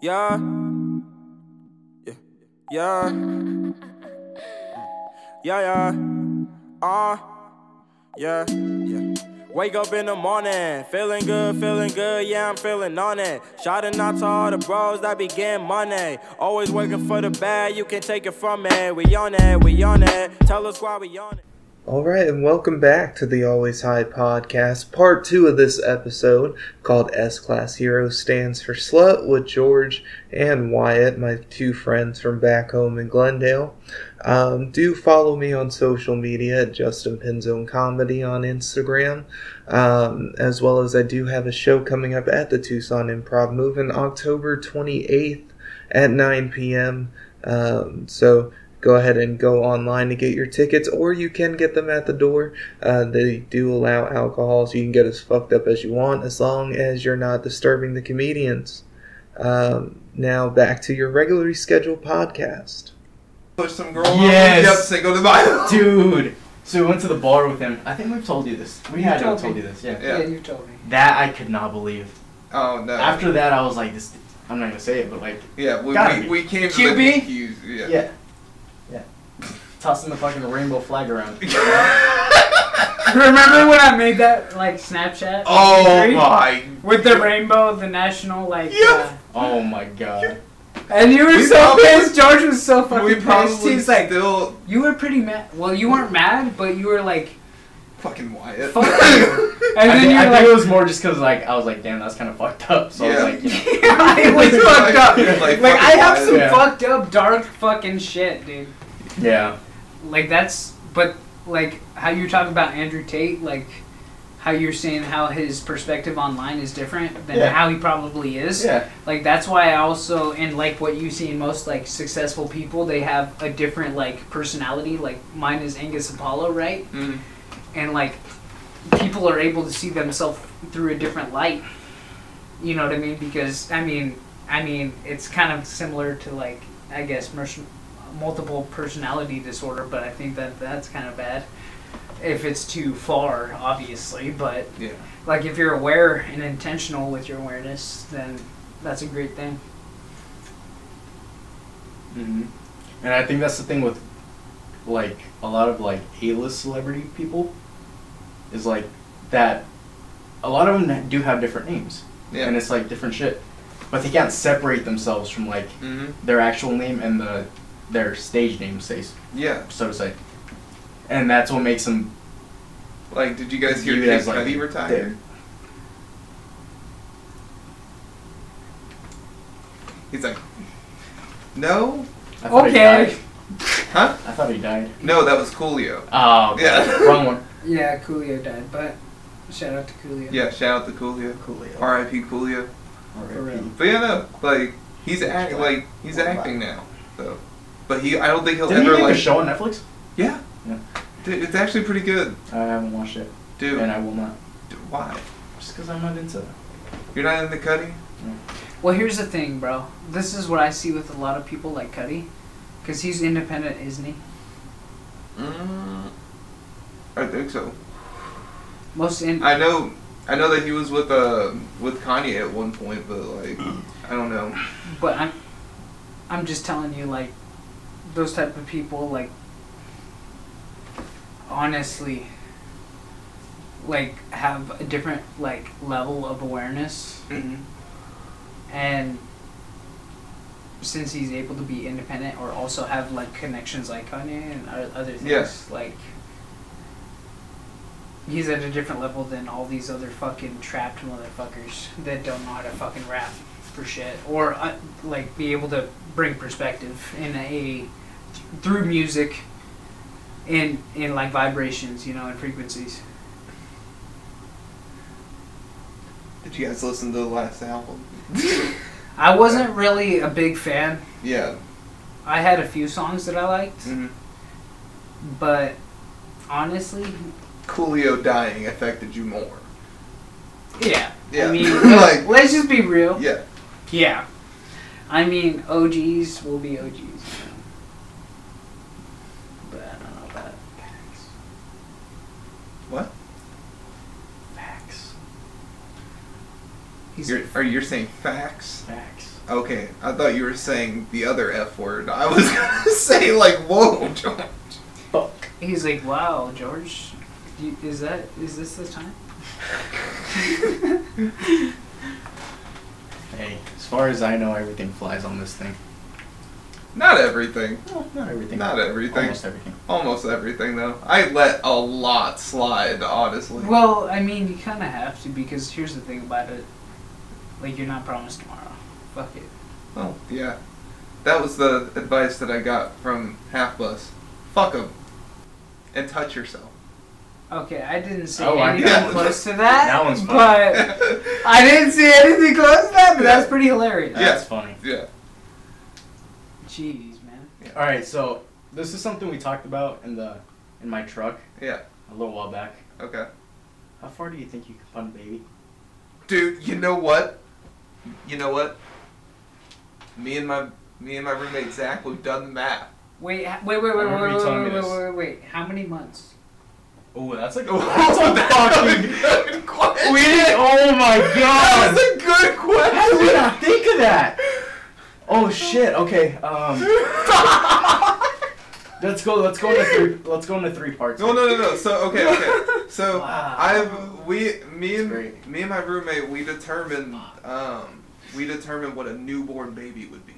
Yeah. Yeah. Yeah. Yeah, yeah. Ah. yeah, yeah. Wake up in the morning, feeling good, feeling good, yeah, I'm feeling on it. Shouting out to all the bros that be getting money. Always working for the bag, you can take it from it. We on it, we on it. Tell us why we on it. All right, and welcome back to the Always High podcast, part two of this episode called S Class Hero Stands for Slut with George and Wyatt, my two friends from back home in Glendale. Um, do follow me on social media at Justin Penzone Comedy on Instagram, um, as well as I do have a show coming up at the Tucson Improv Move on October 28th at 9 p.m. Um, so go ahead and go online to get your tickets, or you can get them at the door. Uh, they do allow alcohol, so you can get as fucked up as you want as long as you're not disturbing the comedians. Um, now back to your regularly scheduled podcast. push some girl Yes. yes. up single to my Dude. So we went to the bar with him. I think we've told you this. We had told, told told me. you this, yeah. Yeah. Yeah, you told me. That I could not believe. Oh no. After that, I was like, this. I'm not gonna say it, but like, yeah, Gotta we, be. we, we came to QB? the confused. Yeah. yeah, yeah, tossing the fucking rainbow flag around. Remember when I made that like Snapchat? Oh Agree? my. With the rainbow, the national like. Yeah. Oh my god. Uh, and you were We so probably- pissed. George was so fucking We pissed. probably He's like, still you were pretty mad. Well, you weren't mad, but you were like, fucking Wyatt. Fuck you. and I, thi- then I you're think like, it was more just cause like I was like, damn, that's kind of fucked up. So Yeah. I was like, you know, yeah, it was fucked up. Like, Like, like, I have fucking some Yeah. fucked up, dark fucking shit, dude. yeah, Like that's, but like how you talk about Andrew Tate, like how you're saying how his perspective online is different than Yeah. how he probably is. yeah, Like that's why I also and like what you see in most like successful people, they have a different like personality. Like mine is Angus Apollo, right? Mm. And like people are able to see themselves through a different light. You know what I mean? Because I mean, I mean, it's kind of similar to like I guess merc- multiple personality disorder, but I think that that's kind of bad if it's too far, obviously. But Yeah. like if you're aware and intentional with your awareness, then that's a great thing. hmm and I think that's the thing with like a lot of like A-list celebrity people is like that. A lot of them do have different names. Yeah. and it's like different shit. But they can't separate themselves from like hmm their actual name and the their stage name, say Yeah. so to say. And that's what makes them. Like, did you guys hear You Kid guys, like, Cudi retired? did. He's like, no, I thought he Okay. died. huh? I thought he died. No, that was Coolio. Oh, okay. Yeah. wrong one. Yeah, Coolio died, but shout out to Coolio. Yeah, shout out to Coolio. Coolio. R.I.P. Coolio. For real. But yeah, no, like he's act like he's Wow. acting now. So, but he, I don't think he'll Didn't he ever make like. a show on Netflix? Yeah. Yeah. Dude, it's actually pretty good, I haven't watched it, dude. and I will not, dude, Why? just because I'm not into. That. You're not in the cutting? Well, here's the thing, bro. This is what I see with a lot of people like Cuddy, because he's independent, isn't he? Mm. I think so. Most in. I know. I know that he was with uh with Kanye at one point, but like I don't know. But I'm, I'm just telling you, like, those type of people, like, honestly, like, have a different like level of awareness, Mm-hmm. and since he's able to be independent or also have like connections like Kanye and o- other things, Yes. like. He's at a different level than all these other fucking trapped motherfuckers that don't know how to fucking rap for shit or uh, like be able to bring perspective in a through music in in like vibrations you know and frequencies Did you guys listen to the last album? i wasn't really a big fan Yeah. i had a few songs that i liked Mm-hmm. but honestly Coolio dying affected you more. yeah, Yeah. i mean Like- let's, let's just be real Yeah. yeah i mean og's will be og's you know. but i don't know about facts What? Facts. He's You're, are you saying facts? Facts. Okay, I thought you were saying the other F word. I was gonna say like, whoa, George. Fuck. he's like, wow, George, you, is that is this the time? Hey, as far as I know, everything flies on this thing. Not everything. Well, not everything. Not everything. Almost everything. Almost everything though. I let a lot slide, honestly. Well, I mean, you kind of have to because here's the thing about it: like, you're not promised tomorrow. Fuck it. Oh yeah, that was the advice that I got from Half Bus. Fuck 'em. and touch yourself. Okay, I didn't say Oh, I- anything that close to that. that one's funny. But yeah, I didn't say anything close to that. But that's pretty hilarious. That's funny. Oh, Jeez, man. All right, so this is something we talked about in the in my truck yeah. a little while back. Okay, How far do you think you can fund a baby? dude. You know what? You know what? Me and my me and my roommate Zach, we've done the math. Wait, h- wait, wait, wait, wait, remember you wait, telling me wait, wait, this. wait, wait. How many months? Oh, that's like That's a good question. We did. Oh my That god! was a good How did we not question. think of that? Oh shit! Okay, um, let's go. Let's go into three. Let's go into three parts. No, no, no, no. So okay, okay. So Wow. I've we me and That's great. me and my roommate we determined um we determined what a newborn baby would be.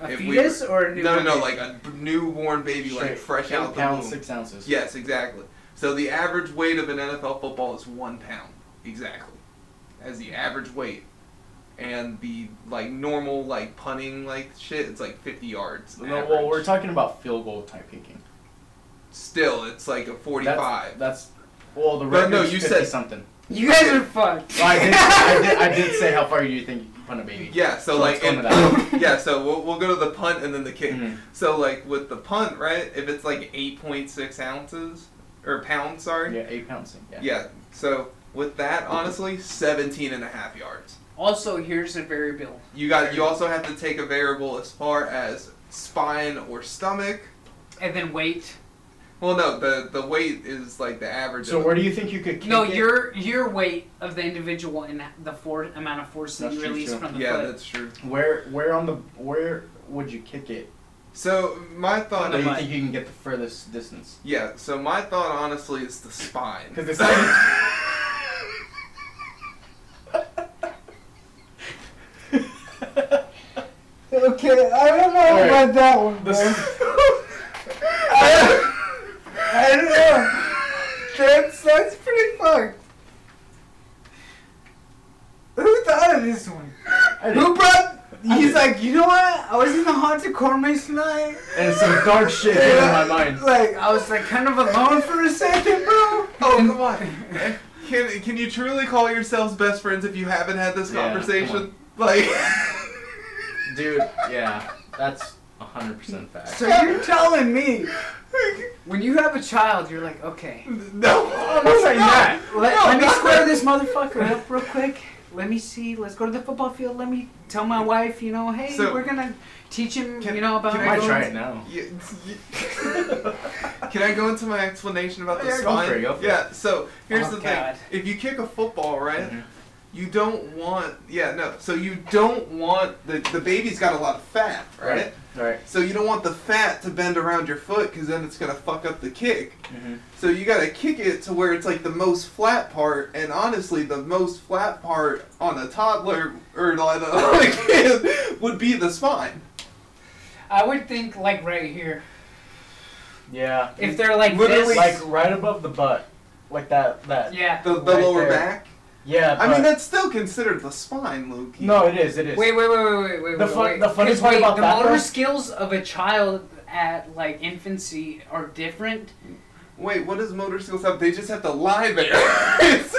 A If we fetus were- or a new No, no, no. Like uh, a b- newborn baby, like Straight. fresh Eight out the pounds, womb. six ounces. Yes, exactly. So the average weight of an NFL football is one pound exactly, as the average weight, and the like normal like punting like shit, it's like fifty yards. No, average. well, we're talking about field goal type kicking. Still, it's like a forty-five. That's, that's well, the No, record. no, No, you you 50 said- something. You guys are fucked. Well, I, did, I, did, I did say how far you think you can punt a baby. Yeah, so, So like, let's go and- into that yeah, so we'll, we'll go to the punt and then the kick. Mhm. So like with the punt, right? If it's like eight point six ounces or pounds, sorry. Yeah, eight pounds. Yeah. Yeah, So with that, honestly, 17 and a half yards. Also, here's a variable. You got. You also have to take a variable as far as spine or stomach. And then wait. Well, no, the the weight is like the average. So of where do you think you could? Kick No, it? your your weight of the individual and the for, amount of force that That's you true, release too. from the Yeah, foot. that's true. Where where on the where would you kick it? So my thought. Do the you butt. think you can get the furthest distance? Yeah. So my thought, honestly, is the spine. Because it's like Okay, I don't know Alright. about that one. the s- I don't know. That's, that's pretty fucked. Who thought of this one? I did. brought? I did. like, you know what? I was in the haunted corners tonight. and some dark shit and in my I- mind. Like, I was like kind of alone for a second, bro. Oh come on! Can can you truly call yourselves best friends if you haven't had this Yeah, conversation? Like, Dude, yeah, that's hundred percent fact. So you're telling me when you have a child, you're like, okay, no, oh I'm not saying that. let, No, let me not square that. this motherfucker up real quick. Let me see. Let's go to the football field. Let me tell my wife, you know, hey, So- we're gonna teach him, Can- you know, about. can I my might try goals." it now. Can I go into my explanation about the Oh, Yeah, go spine? for it, go for it. yeah. So here's Oh, the God. thing: if you kick a football, right, Mhm. you don't want. Yeah, no. So you don't want the the baby's got a lot of fat, right? Right. Right. So you don't want the fat to bend around your foot because then it's gonna fuck up the kick. Mm-hmm. So you gotta kick it to where it's like the most flat part, and honestly, the most flat part on a toddler or on a like, kid would be the spine. I would think like right here. Yeah. If they're like Literally, this, like right above the butt, like that that. yeah. The, the Right lower there. back. Yeah. I mean, but- that's still considered the spine, Luke. no, it is. It is. Wait, wait, wait, wait, wait, wait. The wait, fun- wait. the funny 'Cause part wait, about the that, motor though- skills of a child at like infancy are different. Wait, what does motor skills have? They just have to lie there. It's-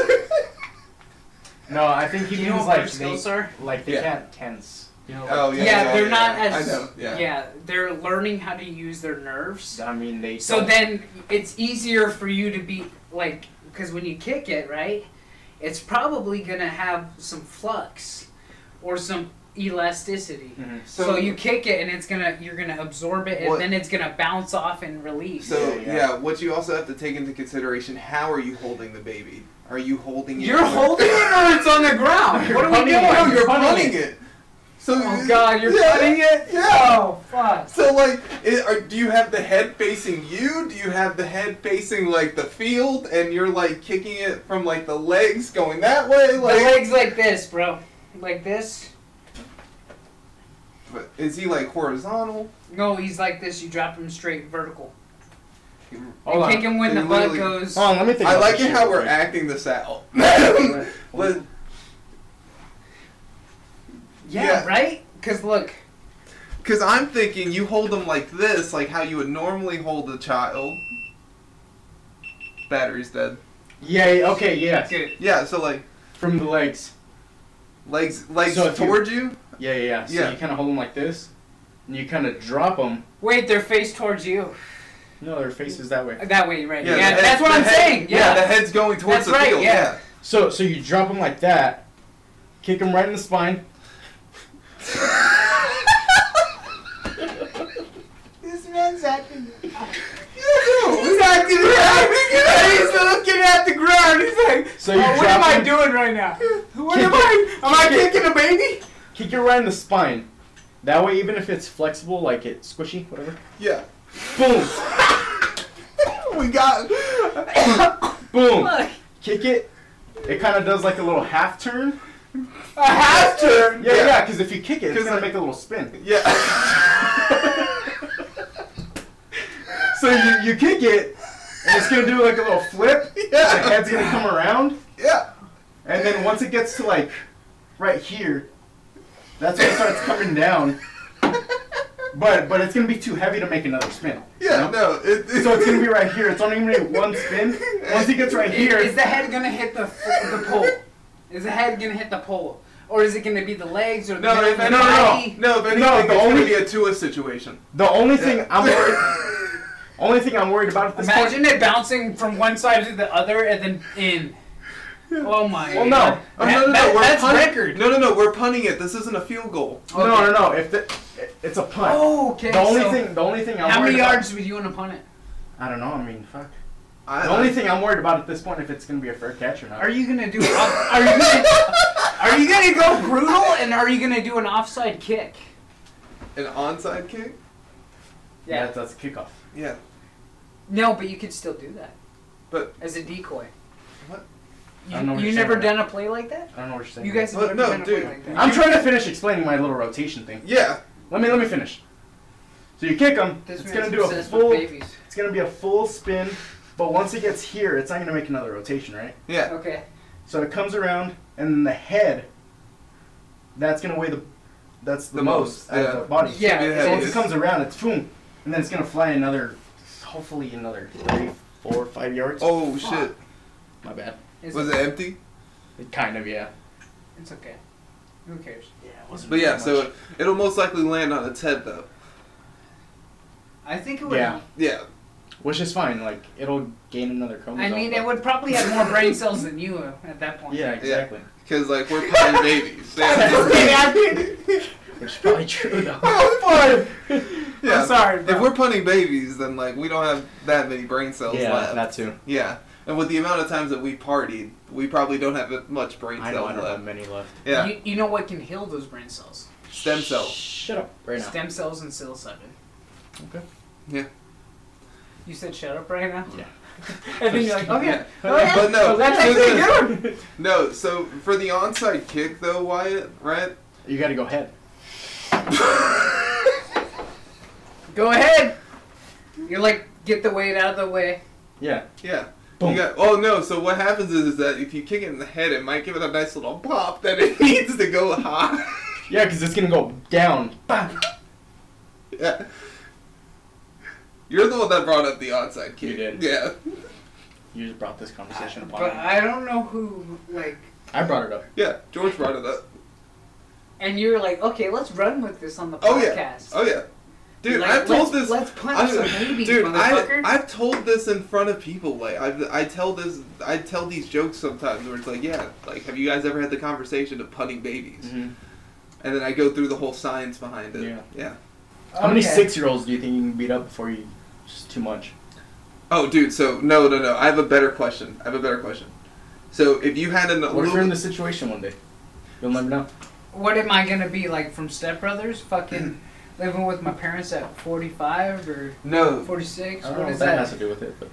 No, I think he Do you know means what like motor skills they, are? like they Yeah. can't tense. You know, oh yeah. Yeah, they're not yeah. as I know. Yeah. they're learning how to use their nerves. I mean they. So don't- then it's easier for you to be like because when you kick it, right? It's probably going to have some flux or some elasticity. Mhm. So, you kick it and it's gonna you're gonna absorb it and What- then it's gonna bounce off and release. So Yeah, yeah, yeah. what you also have to take into consideration: how are you holding the baby? Are you holding it? you're holding it or it's on the ground. What are we Punting doing? it. No, you're You're punting punting it. So Oh god, you're yeah, cutting it? Yeah. Oh fuck. So like, i are, do you have the head facing you? Do you have the head facing like the field, and you're like kicking it from like the legs going that way? The Like, legs like this, bro. Like this. But is he like horizontal? No, he's like this. You drop him straight vertical. You Hold on. kick him when They the butt literally- goes. Hold on, let me think. I about like this it how shit we're real acting this out. quick. Let- yeah, yeah. right? Because look, Because I'm thinking you hold them like this, like how you would normally hold a child. Battery's dead. Yeah, yeah, okay, yeah. dude. Yeah, so like From the legs. legs legs So if you- towards you. Yeah, yeah, yeah. So Yeah. you kind of hold them like this, and you kind of drop them. Wait, they're face towards you. No, their face is that way. That way, right? Yeah, the head- that's what the I'm head- saying. Yeah. the head's going towards That's the right, field. yeah. Yeah. So, so you drop them like that, kick them right in the spine. This man's acting. He's acting He's looking at the ground. He's like, So you drop them, doing right now? what am I? Am I kicking a baby? kick it right in the spine. That way, even if it's flexible, like it's squishy, whatever. Yeah. Boom, We got. boom. Look, Kick it. It kind of does like a little half turn. a half turn. Yeah, yeah. Because if you kick it, it's 'Cause gonna I- make a little spin. Yeah. So you you kick it, and it's gonna do like a little flip. The yeah. head's gonna come around. Yeah. And then once it gets to like right here, that's when it starts coming down. But but it's gonna be too heavy to make another spin. you Yeah. know? No. It, it, So it's gonna be right here. It's only gonna be one spin. Once he gets right here, Is the head gonna hit the the pole? Is the head gonna hit the pole, or is it gonna be the legs or the No, middle if of the no, no, body? no, no. If anything, No, it's the going only- to be a Tua situation. the only thing I'm worried, only thing I'm worried about at this Imagine point. it bouncing from one side to the other and then in. Oh my. Well, no. God. That- that- that's punting. record. No, no, no, we're punting it. This isn't a field goal. No, no, no. If the, it- it's a punt. Oh, okay. the only so thing, the only thing I'm How worried many about- yards would you want to punt it? I don't know. I mean, fuck. I, The only thing I'm worried about at this point if it's gonna be a fair catch or not. Are you gonna do? Are you gonna? Are you gonna go brutal and are you gonna do an offside kick? an onside kick. Yeah, that's, that's kickoff. Yeah. No, but you could still do that. But- as a decoy. What? You, I don't know what you you're never saying. done a play like that? I don't know what you're saying. You guys have But no, never done a dude. play like that. I'm trying to finish explaining my little rotation thing. Yeah. Let me let me finish. So you kick him. This it's man's gonna do a obsessed full. with babies. It's gonna be a full spin. But once it gets here, it's not gonna make another rotation, right? Yeah. Okay. So it comes around, and the head. That's gonna weigh the. That's the, The most, most, out yeah. of the body. Should Yeah. be the So once it heaviest. comes around, it's boom, and then it's gonna fly another, hopefully another three, four, five yards. Oh Fuck. shit. my bad. It's, Was it empty? Kind of, yeah. it's okay. Who cares? Yeah, it wasn't. But yeah, much. so it'll most likely land on its head though. I think it would. Yeah. Yeah. which is fine. Like it'll gain another chromosome. I mean, but- it would probably have more brain cells than you uh, at that point. Yeah, exactly. Because like we're punting babies. Okay, Yeah. I did. Which is probably true though. Yeah. I'm sorry, bro. If we're punting babies, then like we don't have that many brain cells yeah, left. that too. Yeah. And with the amount of times that we partied, we probably don't have much brain I know I cells don't have left. many left. Yeah. You, you know what can heal those brain cells? Stem cells. Shut up right now. Stem cells and psilocybin. Okay. Yeah. You said shut up right now? Yeah. and then you're like, okay. Yeah. Oh, yeah. But no, So that's so actually the- good. No, so for the onside kick though, Wyatt, right? You gotta go head. Go ahead. You're like, get the weight out of the way. Yeah. Yeah. Boom. You got, oh no, so what happens is, is that if you kick it in the head, it might give it a nice little pop that it needs to go high. Yeah, because it's gonna go down. Bam. yeah. You're the one that brought up the onside kick. You did. Yeah. You just brought this conversation upon But me. I don't know who, like, I brought it up. Yeah. George brought it up. and you're like, okay, let's run with this on the Oh yeah. podcast. Oh yeah. Dude, Like, I've told let's- this. let's punch I- some babies, dude, motherfucker. I, I've told this in front of people. Like, I've, I tell this, I tell Mm-hmm. these jokes sometimes where it's like, yeah, like, have you guys ever had the conversation of punting babies? and then I go through the whole science behind it. Mm-hmm. Yeah. Yeah. How many Okay. six year olds do you think you can beat up before you just too much? Oh, dude. So no, no, no. I have a better question. I have a better question. So if you had an What if you're in this situation one day? You'll never know. What am I gonna be like from Step Brothers? Fucking living with my parents at 45 or no, 46? I don't know What what is that that? has to do with it, but,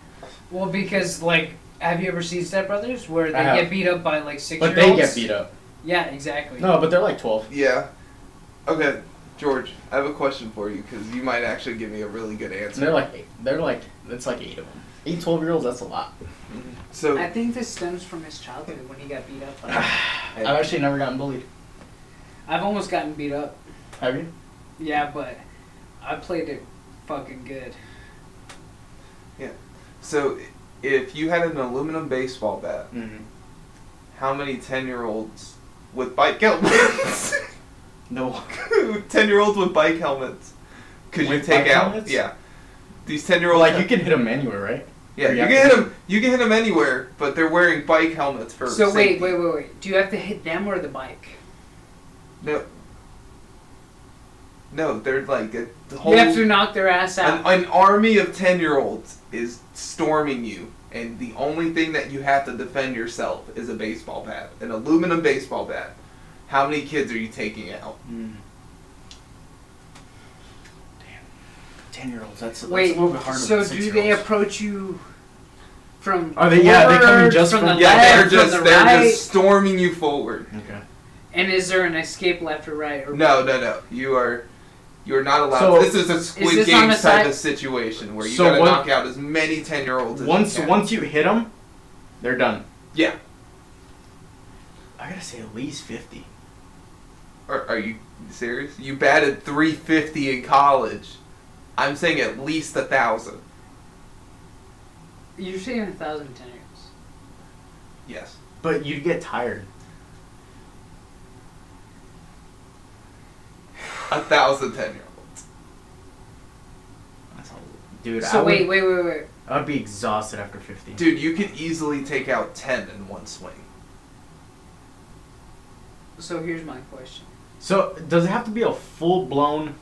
Well, because like, have you ever seen Step Brothers where they I have. get beat up by like six? but they get beat up. Yeah, exactly. No, but they're like twelve. Yeah. Okay, George, I have a question for you because you might actually give me a really good And they're answer. like eight- they're like it's like eight of them. Eight 12 year olds. That's a lot. So I think this stems from his childhood when he got beat up. By I've actually never gotten bullied. I've almost gotten beat up. Have you? Yeah, but I played it fucking good. so if you had an aluminum baseball bat, Mm-hmm. how many ten year olds with bike helmets? No. ten year olds with bike helmets could you With take bike out? helmets? Yeah. These ten year Or olds. like you can hit them anywhere, right? yeah, you react- can hit them. You can hit them anywhere, but they're wearing bike helmets for. So wait, safety. wait, wait, wait. Do you have to hit them or the bike? No. No, they're like a the whole. You have to knock their ass An, out. an army of 10 year olds is storming you, and the only thing that you have to defend yourself is a baseball bat, an aluminum baseball bat. How many kids are you taking out? Mm. Damn. Ten year olds. That's, that's wait, a little bit harder. so than do they six-year-olds. approach you from? Are they- yeah, they come in forward, just from, from- the Yeah, they're left, just from the they're right. just storming you forward. Okay. And is there an escape left or right? Or No, no, no. You are you are not allowed. So- this is a Is Squid this Game on the type side- of situation where you So gotta what- knock out as many 10 year olds as Once you can. once you hit them, they're done. Yeah. I gotta say at least fifty. Are, are you serious? You batted 350 in college. I'm saying at least a thousand. You're saying a thousand ten years. Yes. But you'd get tired. A thousand ten year olds. That's a, dude. I So would- wait, wait, wait, wait. I would be exhausted after 50. Dude, you could easily take out ten in one swing. So here's my question. So, does it have to be a full blown.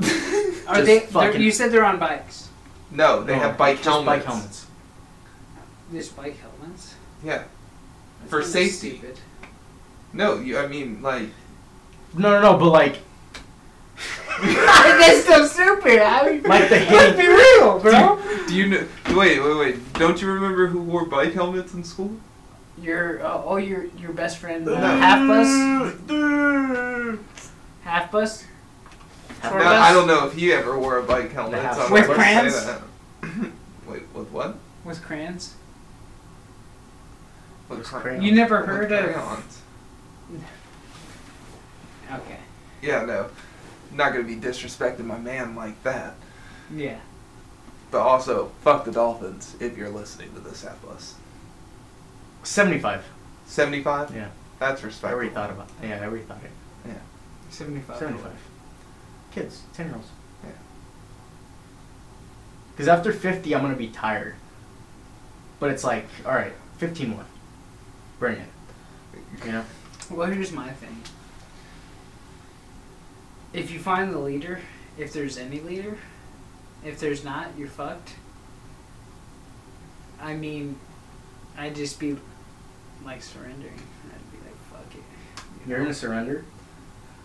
Are Just they? fucking- they're- You said they're on bikes. No, they have bike oh, just helmets. Bike helmets. There's bike helmets. Yeah. That's For kinda safety. stupid. No, you, I mean like No, no, no, but like. That's so stupid. I mean, Like the let's hitting. be real, bro. do you know wait, wait, wait. Don't you remember who wore bike helmets in school? Your uh, oh, your your best friend uh, No. Mm. half bus, half bus. Half Short No, bus? I don't know if he ever wore a bike helmet. They have so I'm With not gonna say crayons? that. wait, with what? With crayons. With With cray- crayons. You never with heard of? crayons. Okay. Yeah, no. I'm not gonna be disrespecting my man like that. Yeah. But also, fuck the Dolphins if you're listening to this at bus. 75. 75? Yeah. That's I respectable. already thought about it. Yeah, I already thought it. Seventy-five. 75. Kids, 10 year olds. Yeah. Because after 50, I'm going to be tired. But it's like, alright, 15 more. Bring it. You know? Well, here's my thing. If you find the leader, if there's any leader, if there's not, you're fucked. I mean, I'd just be like surrendering. I'd be like, fuck it. You're going to surrender.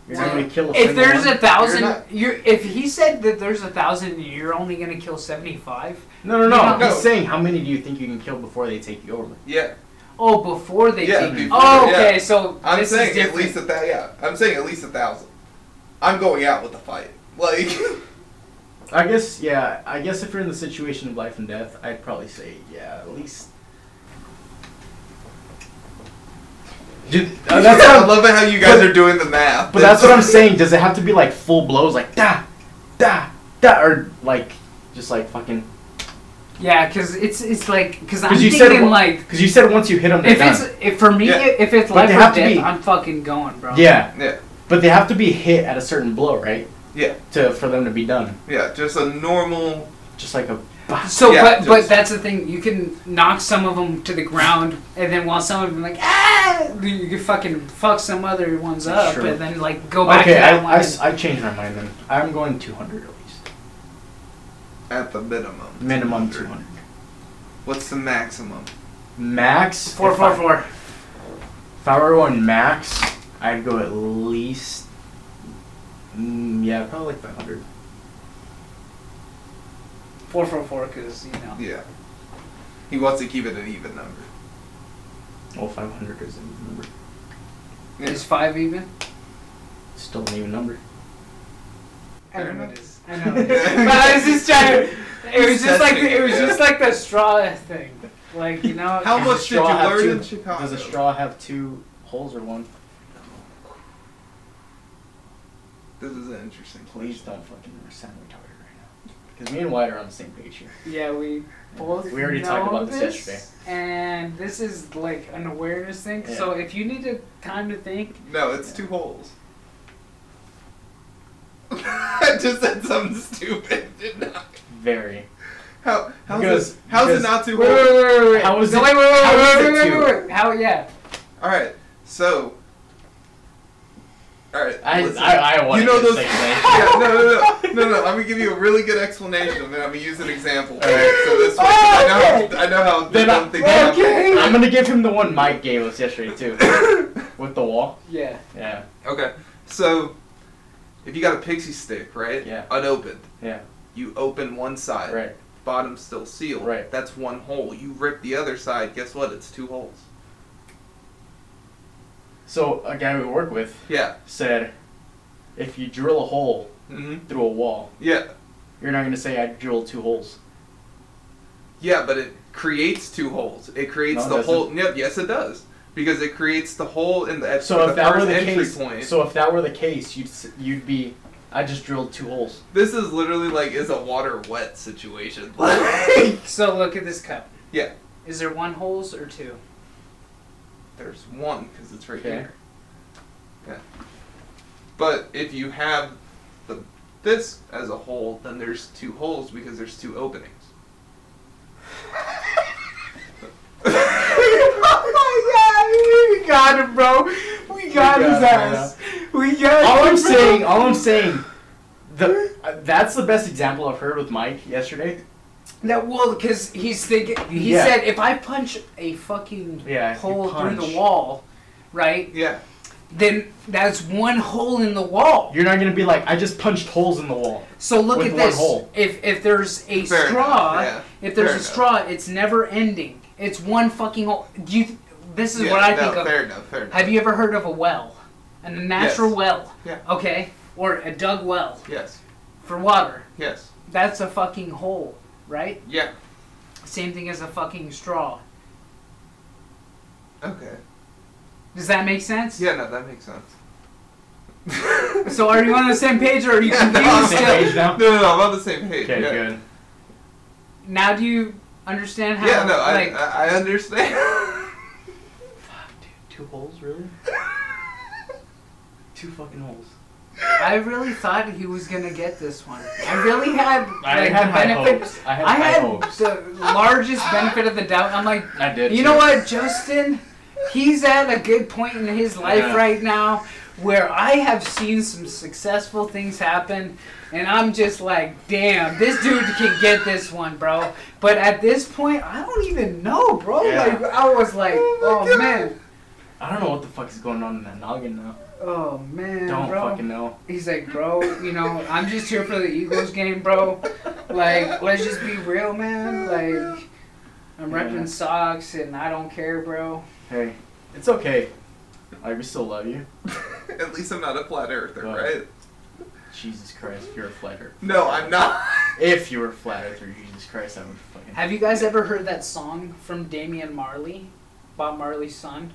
You're Well, going to kill a If single there's one. a thousand, You're you're, not- if he said that there's a thousand, and you're only gonna kill seventy-five. No, no, no. No. He's saying how many do you think you can kill before they take you over? Yeah, Oh, before they Yeah, take. before, oh, yeah. okay. So I'm this is saying at different. least a thou Yeah, I'm saying at least a thousand. I'm going out with a fight. Like, I guess, yeah. I guess if you're in the situation of life and death, I'd probably say, yeah, at least. Dude, uh, that's I what I'm, love it how you guys but- are doing the math. but that's what I'm saying. Does it have to be like full blows, like da, da, da, or like just like fucking? yeah, because it's it's like because I'm Because you said thinking like because you said once you hit them, they're If done. it's if for me, Yeah. if it's But life they or have death, to be- I'm fucking going, bro. yeah, Yeah, but they have to be hit at a certain blow, right? yeah, To for them to be done. yeah. Just a normal. Just like a So, Yeah, but but just- that's the thing. You can knock some of them to the ground, and then while some of them like ah, you can fucking fuck some other ones up, Sure. and then like go back okay, to that I, one. I and- s- I changed my mind then. I'm going 200 at least. At the minimum. Minimum 200. What's the maximum? Max. four if I- four four. If I were going max, I'd go at least. Mm, yeah, probably like 500. Four four four. Because you know. Yeah. He wants to keep it an even number. Well, 500 is an even number. Yeah. Is five even? Still an even number. I don't know. It is. I know. it is. but I was just trying. To, it was just like the, it was just like the straw thing. Like you know. How Does much a did you straw have learn two- in Chicago? Does a straw have two holes or one? This is an interesting Please place. don't fucking sound retarded right now. Because me and Wyatt are on the same page here. Yeah, we both. We already know talked about this this, yesterday. And this is like an awareness thing. So Yeah. if you need a time to think, No, it's two holes. I just said something stupid. didn't I? Very. How how's Because- it, how's it because- not two Wait, holes? wait, wait, wait, wait, wait. How is no, it- Wait, wait, wait, how is wait, it wait, wait, two? wait, wait. How? Yeah. All right, so. All right. I, listen. I, I want You know to those. say yeah, no, no, no, no, no. I'm gonna give you a really good explanation, and then I'm gonna use an example. All right. So this way, 'cause I know, I know how Then I- dumb things are. okay. I'm gonna give him the one Mike gave us yesterday too, with the wall. Yeah. Yeah, Okay. So, if you got a pixie stick, right? Yeah. Unopened, yeah, you open one side. right. Bottom's still sealed. Right. That's one hole. You rip the other side. Guess what? It's two holes. So a guy we work with Yeah. said, if you drill a hole Mm-hmm. through a wall, Yeah. you're not gonna say I drilled two holes. Yeah, but it creates two holes. It creates No, it the doesn't. hole. Yeah, yes, it does. Because it creates the hole in the, at So the if that were first the entry case, point. so if that were the case, you'd s- you'd be, I just drilled two holes. this is literally like is a water wet situation. Like, So look at this cup. Yeah. Is there one holes or two? there's one because it's right Okay. here. Yeah. But if you have the this as a hole, then there's two holes because there's two openings. oh my god, we got him, bro. We got his ass. We got All I'm saying, all I'm saying, the uh, that's the best example I've heard with Mike yesterday. No, well, because he's thinking. He Yeah. said, if I punch a fucking Yeah, you hole through punch. the wall, right? Yeah. Then that's one hole in the wall. You're not gonna be like, I just punched holes in the wall. So look With at one this. hole. If if there's a Fair enough, straw, yeah. if Fair there's a enough. straw, it's never ending. It's one fucking hole. Do you? Th- this is yeah, what I no, think of. Fair enough. Fair enough. Have you ever heard of a well? A natural Yes. well. Yeah. Okay. Or a dug well Yes. for water. Yes. That's a fucking hole, right? Yeah. Same thing as a fucking straw. Okay. Does that make sense? Yeah. No, that makes sense. So are you on the same page or are you Yeah, no, We're on the confused same still? page now. No, no, no. I'm on the same page. Okay, yeah. good. Now do you understand how Yeah, no, I, like I, I understand. Two holes, really? Two fucking holes. I really thought he was gonna get this one. I really had I like, had the high benefit. hopes. I had I high had hopes. the largest benefit of the doubt. I'm like, I did. you too. know what, Justin? He's at a good point in his life Yeah. right now where I have seen some successful things happen, and I'm just like, damn, this dude can get this one, bro. But at this point, I don't even know, bro. Yeah. Like, I was like, Oh oh, my God. man. I don't know what the fuck is going on in that noggin now. Oh man, Don't bro. fucking know. He's like, bro, you know, I'm just here for the Eagles game, bro. Like, let's just be real, man. Like, I'm Yeah. repping socks and I don't care, bro. Hey, it's okay. Like we still love you. At least I'm not a flat earther, Right. right? Jesus Christ, you're a flat earther. No, I'm not. If you were a flat earther, Jesus Christ, I would fucking. Have you guys ever heard that song from Damian Marley, Bob Marley's son,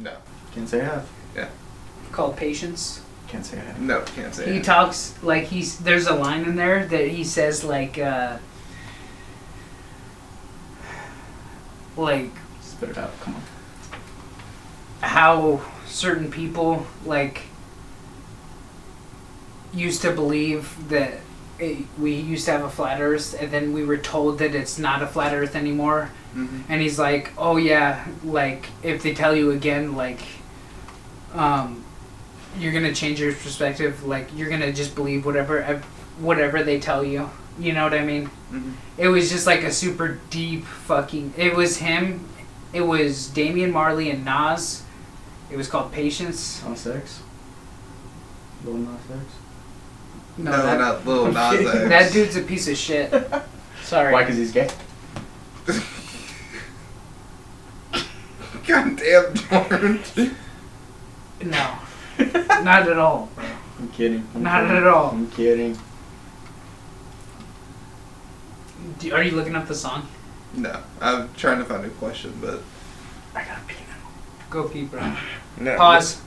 No, Can't say I have. called Patience? Can't say I have. no, can't say. He it. talks like he's there's a line in there that he says like uh like Spit it out. Come on. how certain people like used to believe that it, we used to have a flat Earth, and then we were told that it's not a flat Earth anymore. Mm-hmm. Mhm. And he's like, "Oh yeah, like if they tell you again, like, um, you're gonna change your perspective. Like you're gonna just believe whatever, ev- whatever they tell you. You know what I mean? Mhm. It was just like a super deep fucking. It was him. It was Damian Marley and Nas. It was called Patience. On sex? Lil Nas X? No, that, not Lil Nas X. that dude's a piece of shit. Sorry. Why? Because he's gay? Goddamn George. No, not at all. I'm kidding. I'm Not kidding. at all. I'm kidding. Do, are you looking up the song? No, I'm trying to find a question, but I gotta pee now. Go pee, bro. no. Pause.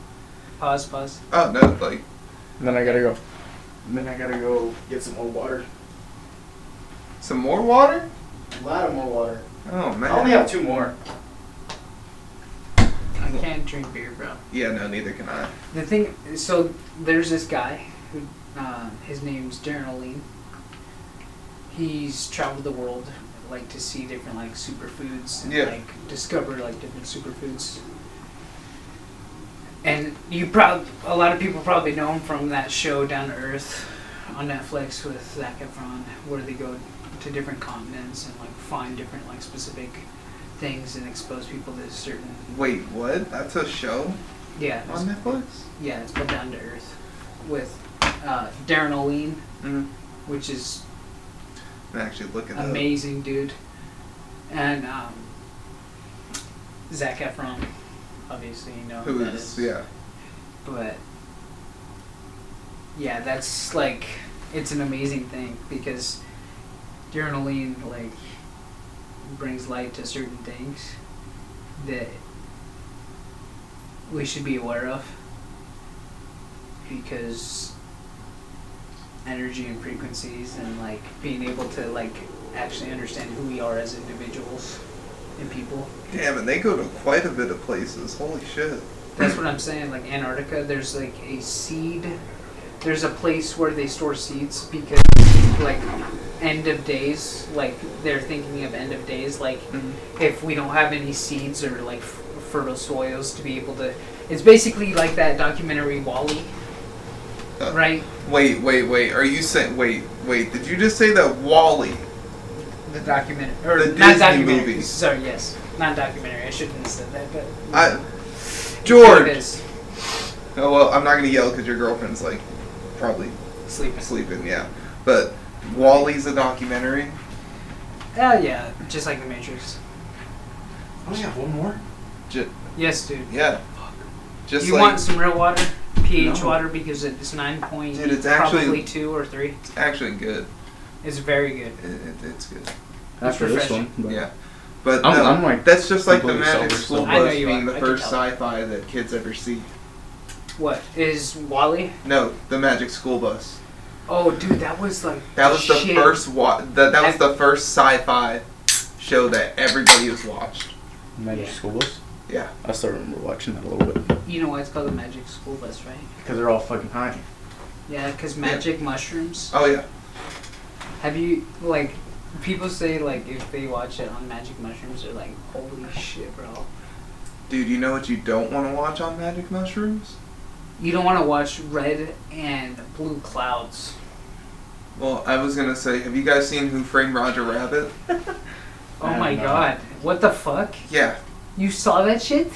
Pause. Pause. Oh no, like Then I gotta go. Then I gotta go get some more water. some more water. A lot of more water. Oh man. I only have two more. I can't drink beer, bro. yeah, no, neither can I. The thing, so there's this guy who, uh, his name's Darren O'Lean. He's traveled the world, like to see different like superfoods and Yeah. like discover like different superfoods. And you probably a lot of people probably know him from that show Down to Earth on Netflix with Zac Efron, where they go to different continents and like find different like specific things and expose people to certain Wait, what? That's a show yeah it's on Netflix. yeah, it's called Down to Earth with uh, Darren O'Lean, Mm. Mm-hmm. which is I'm actually looking at it. amazing, dude, and um, Zach Efron. Obviously, you know up. who, Who that is? Yeah. But yeah, that's like it's an amazing thing because Darren O'Lean like brings light to certain things that we should be aware of because energy and frequencies and like being able to like actually understand who we are as individuals and people Damn, and they go to quite a bit of places. Holy shit. that's what I'm saying. Like Antarctica, there's like a seed. There's a place where they store seeds because, like, end of days. Like they're thinking of end of days. Like Mm-hmm. if we don't have any seeds or like f- fertile soils to be able to. It's basically like that documentary Wally, Uh. right? Wait, wait, wait. Are you saying? Wait, wait. Did you just say that Wally? The document or The not Disney documentary. movie. Sorry, yes, not documentary. I shouldn't have said that, but I, It Uh, George. is. Oh well, I'm not gonna yell because your girlfriend's like probably sleeping. sleeping. Yeah, but Wally's a documentary. Oh yeah, just like the Matrix. I only have one more? J- Yes, dude. yeah. Just you like want some real water, pH No. water, because it's nine point, Dude, it's actually- probably two or three. it's actually good. It's very good. It, it, it's good. After this one. but- Yeah. But I'm- no, I'm, like, that's just like the completely Magic sober School still. I know Bus you being are. the I can first tell. sci-fi that kids ever see. What is Wally? No, the Magic School Bus. Oh, dude, that was like That was the shit. first wa- that, that was I- the first sci-fi show that everybody has watched. Magic Yeah. School Bus? Yeah. I still remember watching that a little bit. You know why it's called the Magic School Bus, right? Because they're all fucking high. Yeah, because magic mushrooms. Oh yeah. Have you like? People say like if they watch it on magic mushrooms, they're like, holy shit, bro. Dude, you know what you don't want to watch on Magic Mushrooms? You don't want to watch red and blue clouds. Well, I was gonna say, have you guys seen Who Framed Roger Rabbit? Oh I my know. god, what the fuck? Yeah. You saw that shit?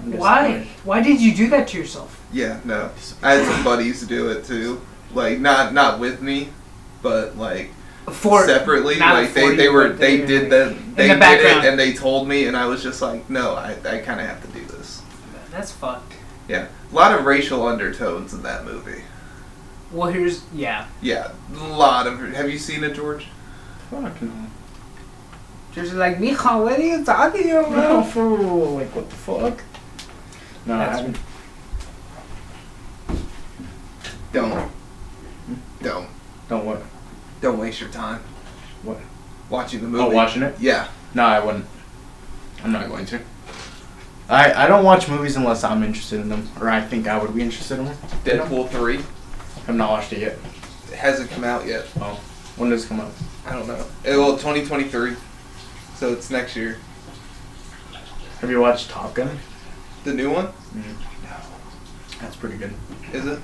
I'm just Why? tired. Why did you do that to yourself? Yeah. No. I had some buddies do it too. Like not not with me, but like for separately. not Like for they, you, they were but they did like- the they the did it background. and they told me and I was just like, no, I, I kind of have to do this. That's fucked. Yeah, a lot of racial undertones in that movie. Well, here's yeah. Yeah, a lot of. Have you seen it, George? Fuck no. Just like Micha, what are you talking about? for real, Like, what the fuck? No, I That's- haven't. Don't, don't, Don't what? don't waste your time What? watching the movie. Oh, watching it? Yeah, No, I wouldn't. I'm not going to. I, I don't watch movies unless I'm interested in them, or I think I would be interested in them. Deadpool three. I've not watched it yet. It hasn't come out yet. Oh, when does it come out? I don't know. Eh, well, 2023, so it's next year. Have you watched Top Gun? The new one No. That's pretty good. is it?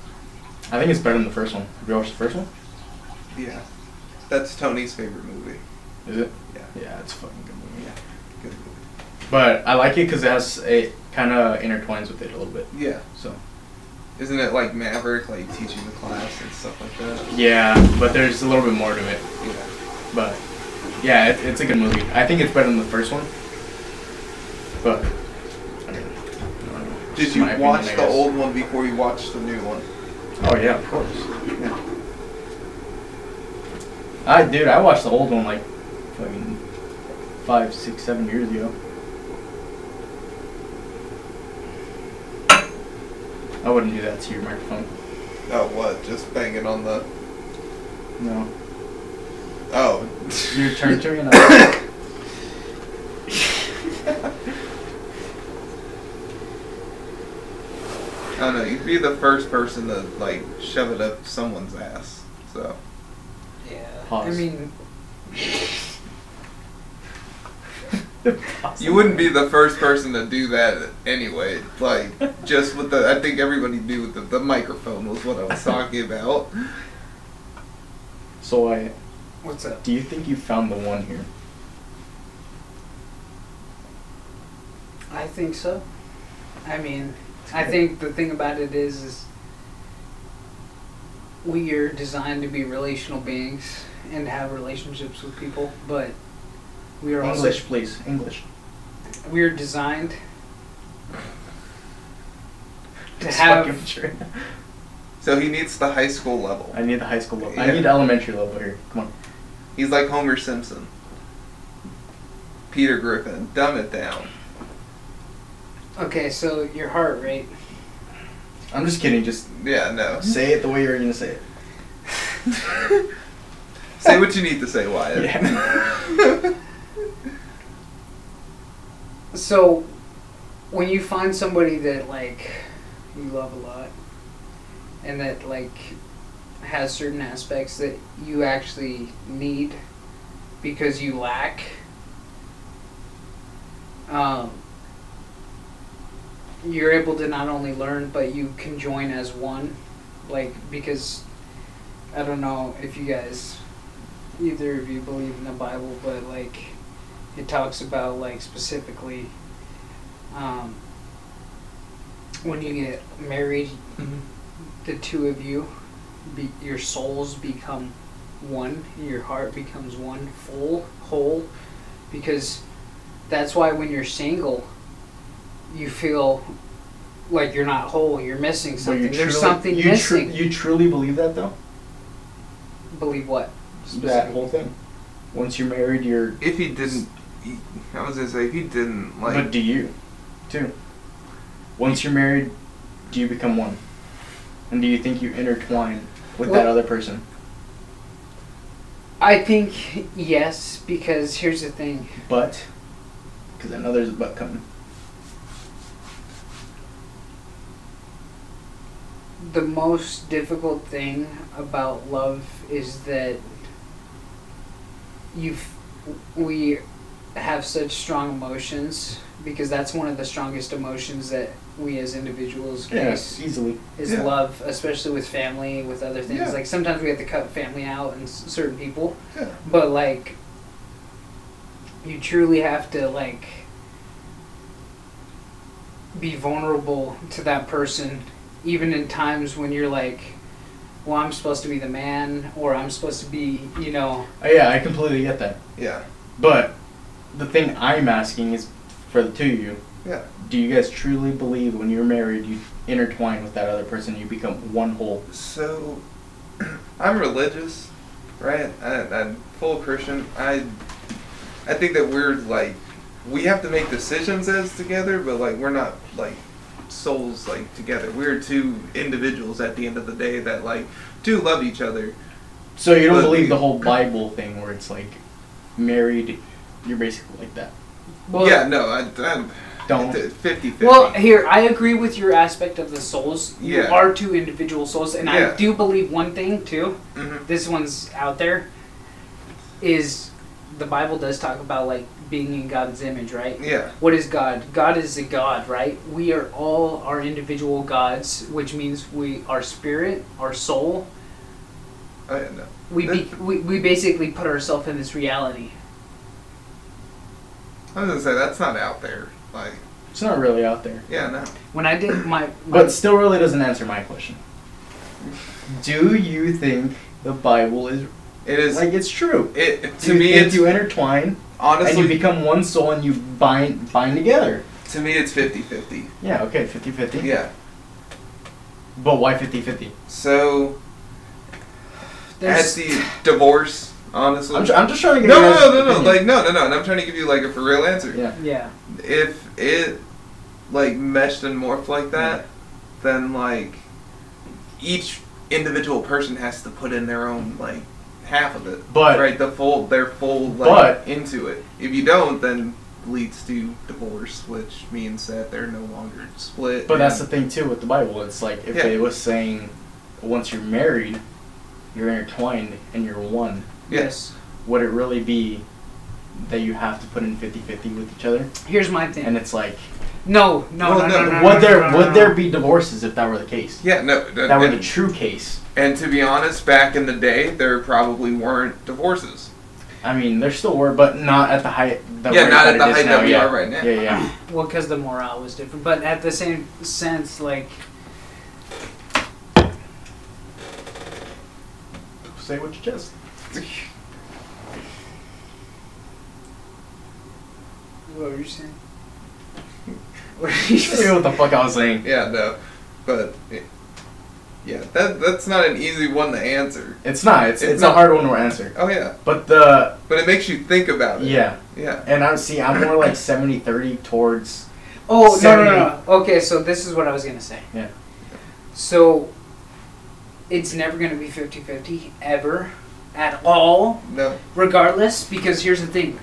I think it's better than the first one. Have you watched the first one? Yeah, that's Tony's favorite movie. Is it? Yeah. Yeah, it's a fucking good movie. Yeah. Good But I like it because it has it kind of intertwines with it a little bit. movie. Yeah, So. isn't it like Maverick, like teaching the class and stuff like that? Yeah, but there's a little bit more to it. Yeah. But yeah, it, it's a good movie. I think it's better than the first one. But I mean, I don't know. Did Just you my opinion, watch I the guess. old one before you watched the new one? Oh yeah, of course. Yeah. I dude, I watched the old one like fucking five, six, seven years ago. I wouldn't do that to your microphone. Oh, what? Just banging on the. No. Oh. You turn to me and I. I don't know. You'd be the first person to like shove it up someone's ass. So. Yeah. I Pause. mean, You wouldn't be the first person to do that anyway. Like, just with the, I think everybody knew with the, the microphone was what I was talking about. So I. what's up? Do you think you found the one here? I think so. I mean, I think the thing about it is, is we are designed to be relational beings and have relationships with people, but we are also English, please. English. we are designed to It's have fucking true. So he needs the high school level. I need the high school level. I Yeah. need elementary level here. Come on. He's like Homer Simpson. Peter Griffin, dumb it down. Okay, so your heart rate. I'm just kidding. Just Yeah, no. say it the way you're gonna say it. Say what you need to say, Wyatt. Yeah. So, when you find somebody that like you love a lot, and that like has certain aspects that you actually need because you lack, um, you're able to not only learn but you can join as one, like because I don't know if you guys, either of you believe in the Bible, but like it talks about like specifically um, when you get married the two of you be, your souls become one your heart becomes one full whole because that's why when you're single you feel like you're not whole you're missing Well, something you there's truly- something you tru- missing you truly believe that though? believe what That Specifically. whole thing. Once you're married, you're. If he didn't, he, I was gonna say if he didn't like. but do you, too? Once you're married, do you become one? And do you think you intertwine with that Well- other person? i think yes because here's the thing But, because I know there's a but coming. the most difficult thing about love is that you've we have such strong emotions because that's one of the strongest emotions that we as individuals face Yes, easily. is Yeah. love, especially with family, with other things. Yeah. Like sometimes we have to cut family out and s- certain people, Yeah. but like you truly have to like be vulnerable to that person, even in times when you're like, well, I'm supposed to be the man, or I'm supposed to be, you know, Oh, yeah, I completely get that. yeah, But the thing I'm asking is for the two of you. yeah, Do you guys truly believe when you're married you intertwine with that other person, you become one whole? So, I'm religious, right? I, I'm full Christian. I, I think that we're like, we have to make decisions as together, but like we're not like souls like together. We're two individuals at the end of the day that like do love each other. So you don't But- believe the whole Bible thing where it's like married, you're basically like that. well, yeah, no, I, I'm, Don't. 50 50. Well, here I agree with your aspect of the souls. You Yeah. are two individual souls, and Yeah. I do believe one thing too. Mhm. This one's out there. Is the Bible does talk about like being in God's image, right? yeah. What is God? God is a God, right? We are all our individual gods, which means we our spirit, our soul. I didn't know. We be, we, we basically put ourselves in this reality. I was going to say, that's not out there. Like, It's not really out there. yeah, no. When I did my, my But still really doesn't answer my question. Do you think the Bible is It is. like it's true? it, Do to you me, think it's. you intertwine and you honestly, become one soul and you bind bind together. to me, it's 50 50. Yeah, okay, 50-50. Yeah. But why 50-50? So, there's- at the divorce, honestly. I'm, tr- I'm just trying to get no, you guys' no, no, no, no. opinion. Like, no, no, no. And I'm trying to give you, like, a for real answer. yeah. yeah, if it like meshed and morphed like that, then like each individual person has to put in their own like half of it. But- right, the full their full like But- into it. If you don't, then leads to divorce, which means that they're no longer split. But that's the and- thing too with the Bible. It's like if Yeah. it was saying once you're married, you're intertwined and you're one. yes. Would it really be that you have to put in 50-50 with each other? Here's my thing. And it's like No, no, Well, no, no, no, no, no, would there no, no, would no. there be divorces if that were the case? yeah, no, th- That were the and, true case. and to be honest, back in the day, there probably weren't divorces. I mean, there still were, but not at the height. That Yeah, we're not that at the it is height now, that we yeah. are right now. Yeah, yeah. Well, because the morale was different, but at the same sense, like Say what you just. what were you saying? Say what the fuck I was saying. Yeah, no, but it- yeah, that that's not an easy one to answer. It's not. It's It's it's, not- a hard one to answer. Oh yeah, But the but it makes you think about it. yeah, yeah, and I see. I'm more like 70-30 towards Oh no, no, Seventy. no, no. Okay, so this is what I was gonna say. Yeah. So it's never gonna be 50-50 ever, at all, no, regardless. Because here's the thing.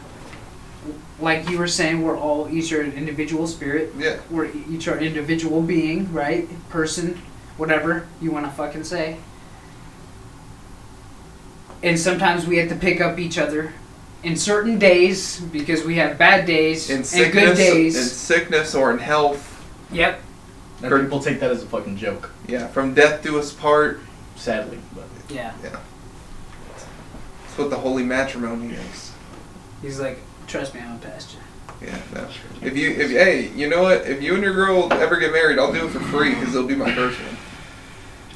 Like you were saying, we're all each are an individual spirit. yeah, We're e-, each our individual being, right? Person, whatever you want to fucking say. And sometimes we have to pick up each other in certain days because we have bad days in and sickness, good days. in sickness or in health. yep. And Or- people take that as a fucking joke, Yeah, from death do us part. sadly. But Yeah. That's what the holy matrimony is. He's like, trust me, I'm a pastor. Yeah, no. If you, if hey, you know what? If you and your girl ever get married, I'll do it for free because it'll be my first one.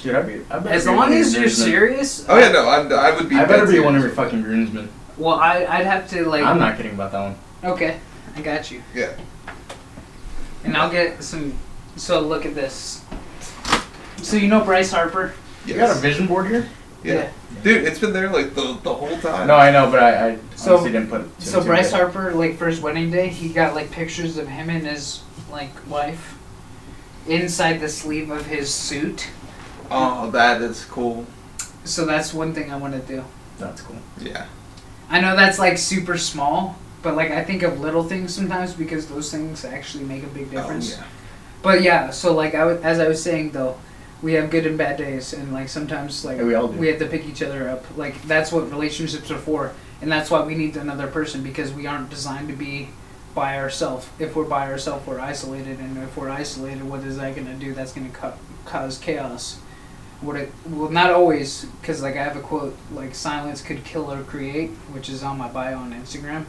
dude, I'd be, I better As be long one of as your you're groomsmen. serious. Oh yeah, no, I'm, I would be. I better dead be one of your serious. fucking groomsmen. Well, I, I'd have to like. I'm not kidding about that one. Okay, I got you. Yeah. And I'll get some. So look at this. So you know Bryce Harper? You got a Yes. vision board here? Yeah. dude, it's been there like the the whole time. No, I know, but I, I So- honestly didn't put. It two So and two Bryce together. Harper, like for his wedding day, he got like pictures of him and his like wife inside the sleeve of his suit. Oh, that is cool. So that's one thing I want to do. That's cool. Yeah. I know that's like super small, but like I think of little things sometimes because those things actually make a big difference. Oh, yeah. But yeah, so like I was, as I was saying though, we have good and bad days, and like sometimes like Yeah, we all do. have to pick each other up. Like that's what relationships are for, and that's why we need another person because we aren't designed to be by ourselves. If we're by ourselves, we're isolated, and if we're isolated, what is that going to do? That's going to ca- cause chaos. What it well not always because like I have a quote like silence could kill or create, which is on my bio on Instagram.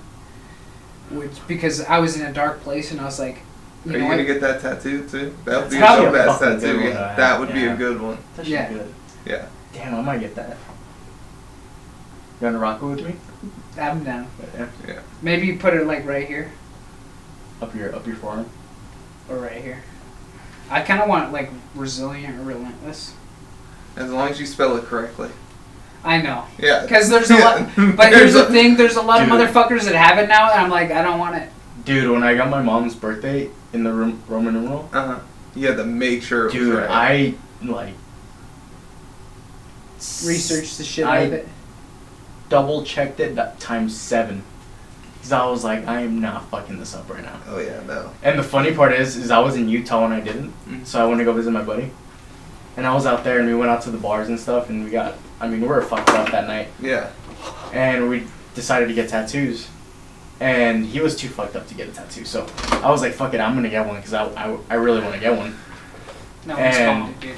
Which because I was in a dark place and I was like, you Are you know what? gonna get that tattoo too? That would be a Probably. dope ass Fucking good tattoo. one, Yeah. uh, That would be yeah. a good one. That Yeah. should be good. Yeah. Damn, I might get that. You wanna rock it with me? I'm down. Yeah. Maybe you put it like right here Up your up your forearm. or right here. I kind of want like resilient or relentless. As long as you spell it correctly. I know, Yeah. because there's a lot. But here's the thing: there's a lot of Dude. motherfuckers that have it now, and I'm like, I don't want it. Dude, when I got my mom's birthday in the Rom- Roman numeral, Uh huh. You had to make sure. It dude, was right. I like Research the shit I out of it. double checked it that times seven. Because I was like, I am not fucking this up right now. Oh yeah, no. And the funny part is, is I was in Utah when I didn't, Mhm. so I went to go visit my buddy, and I was out there and we went out to the bars and stuff, and we got, I mean, we were fucked up that night, Yeah. and we decided to get tattoos, and he was too fucked up to get a tattoo, so I was like, fuck it, I'm gonna get one because I, I, I really want to get one. No one's And- calling it, dude.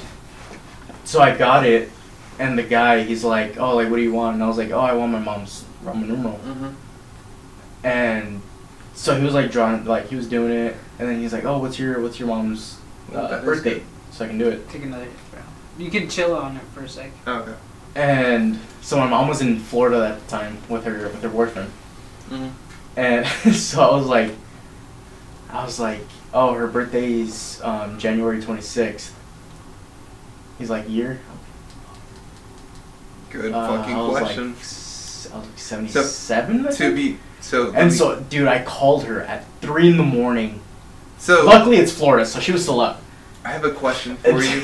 So I got it, and the guy, he's like, oh, like what do you want? And I was like, oh, I want my mom's Roman numeral. Mm-hmm. and so he was like drawing like he was doing it and then he's like oh what's your what's your mom's Well, that uh, is birth good. date so i can do it Take another hit, bro. You can chill on it for a sec. Okay. and so my mom was in florida at the time with her with her boyfriend Mhm. and so i was like i was like oh her birthday's um, january 26th he's like year Good Uh, fucking I was question. like, s- i was like 77 I to think? be so. let and me- so dude i called her at 3 in the morning so luckily it's florida so she was still up I have a question for you,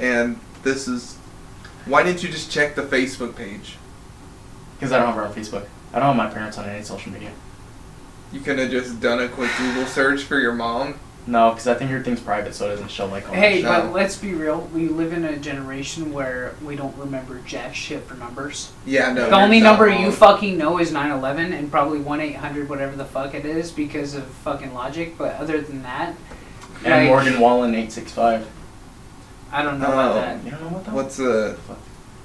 and this is why didn't you just check the Facebook page? Because I don't have her on Facebook. I don't have my parents on any social media. You could have just done a quick Google search for your mom. No, because I think her thing's private, so it doesn't show like. all my Hey, shit. but let's be real. We live in a generation where we don't remember jack shit for numbers. Yeah, no. the you're only not number wrong. you fucking know is 911 and probably 1 800, whatever the fuck it is, because of fucking logic. But other than that, and like, Morgan Wallen eight six five. I don't know Oh. about that. You don't know what that? What's uh, Fuck.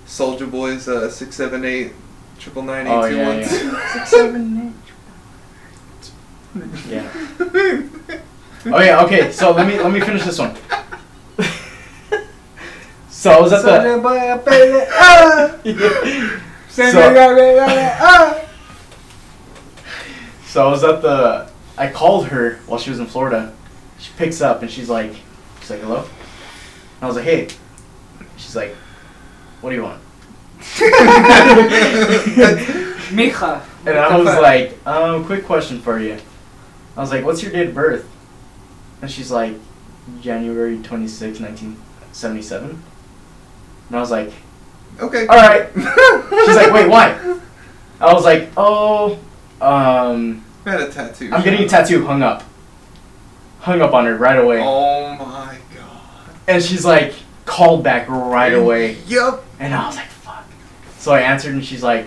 Soldier Boy's uh six seven eight triple nine Oh, eight two one yeah, two? Six seven eight. Yeah. Oh yeah. Okay. So let me let me finish this one. so I was at the. so, so I was at the. I called her while she was in Florida. She picks up and she's like, she's like, hello. And I was like, hey. She's like, what do you want? Mija. And I was like, um, quick question for you. I was like, what's your date of birth? And she's like, January 26, 1977. And I was like, Okay. all right. She's like, wait, why? I was like, oh, um, I had a tattoo. I'm getting a tattoo hung up. Hung up on her right away. Oh my god. And she's like, called back right Mm-hmm. away. Yup. And I was like, fuck. So I answered, and she's like,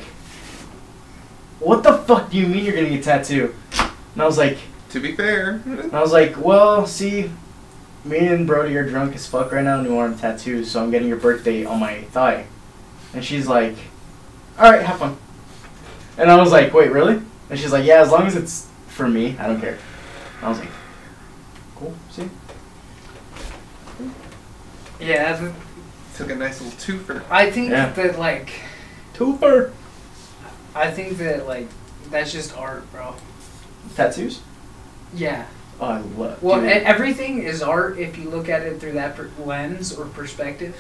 what the fuck do you mean you're gonna get a tattoo? And I was like, To be fair. and I was like, well, see, me and Brody are drunk as fuck right now, and we want a tattoo, so I'm getting your birthday on my thigh. And she's like, all right, have fun. And I was like, wait, really? And she's like, yeah, as long as it's for me, I don't care. And I was like, cool, see? yeah, th- Took a nice little twofer. I think Yeah. that, like, Twofer. I think that, like, that's just art, bro. Tattoos? Yeah. Oh, I love. Well, dude, e- everything is art if you look at it through that per- lens or perspective.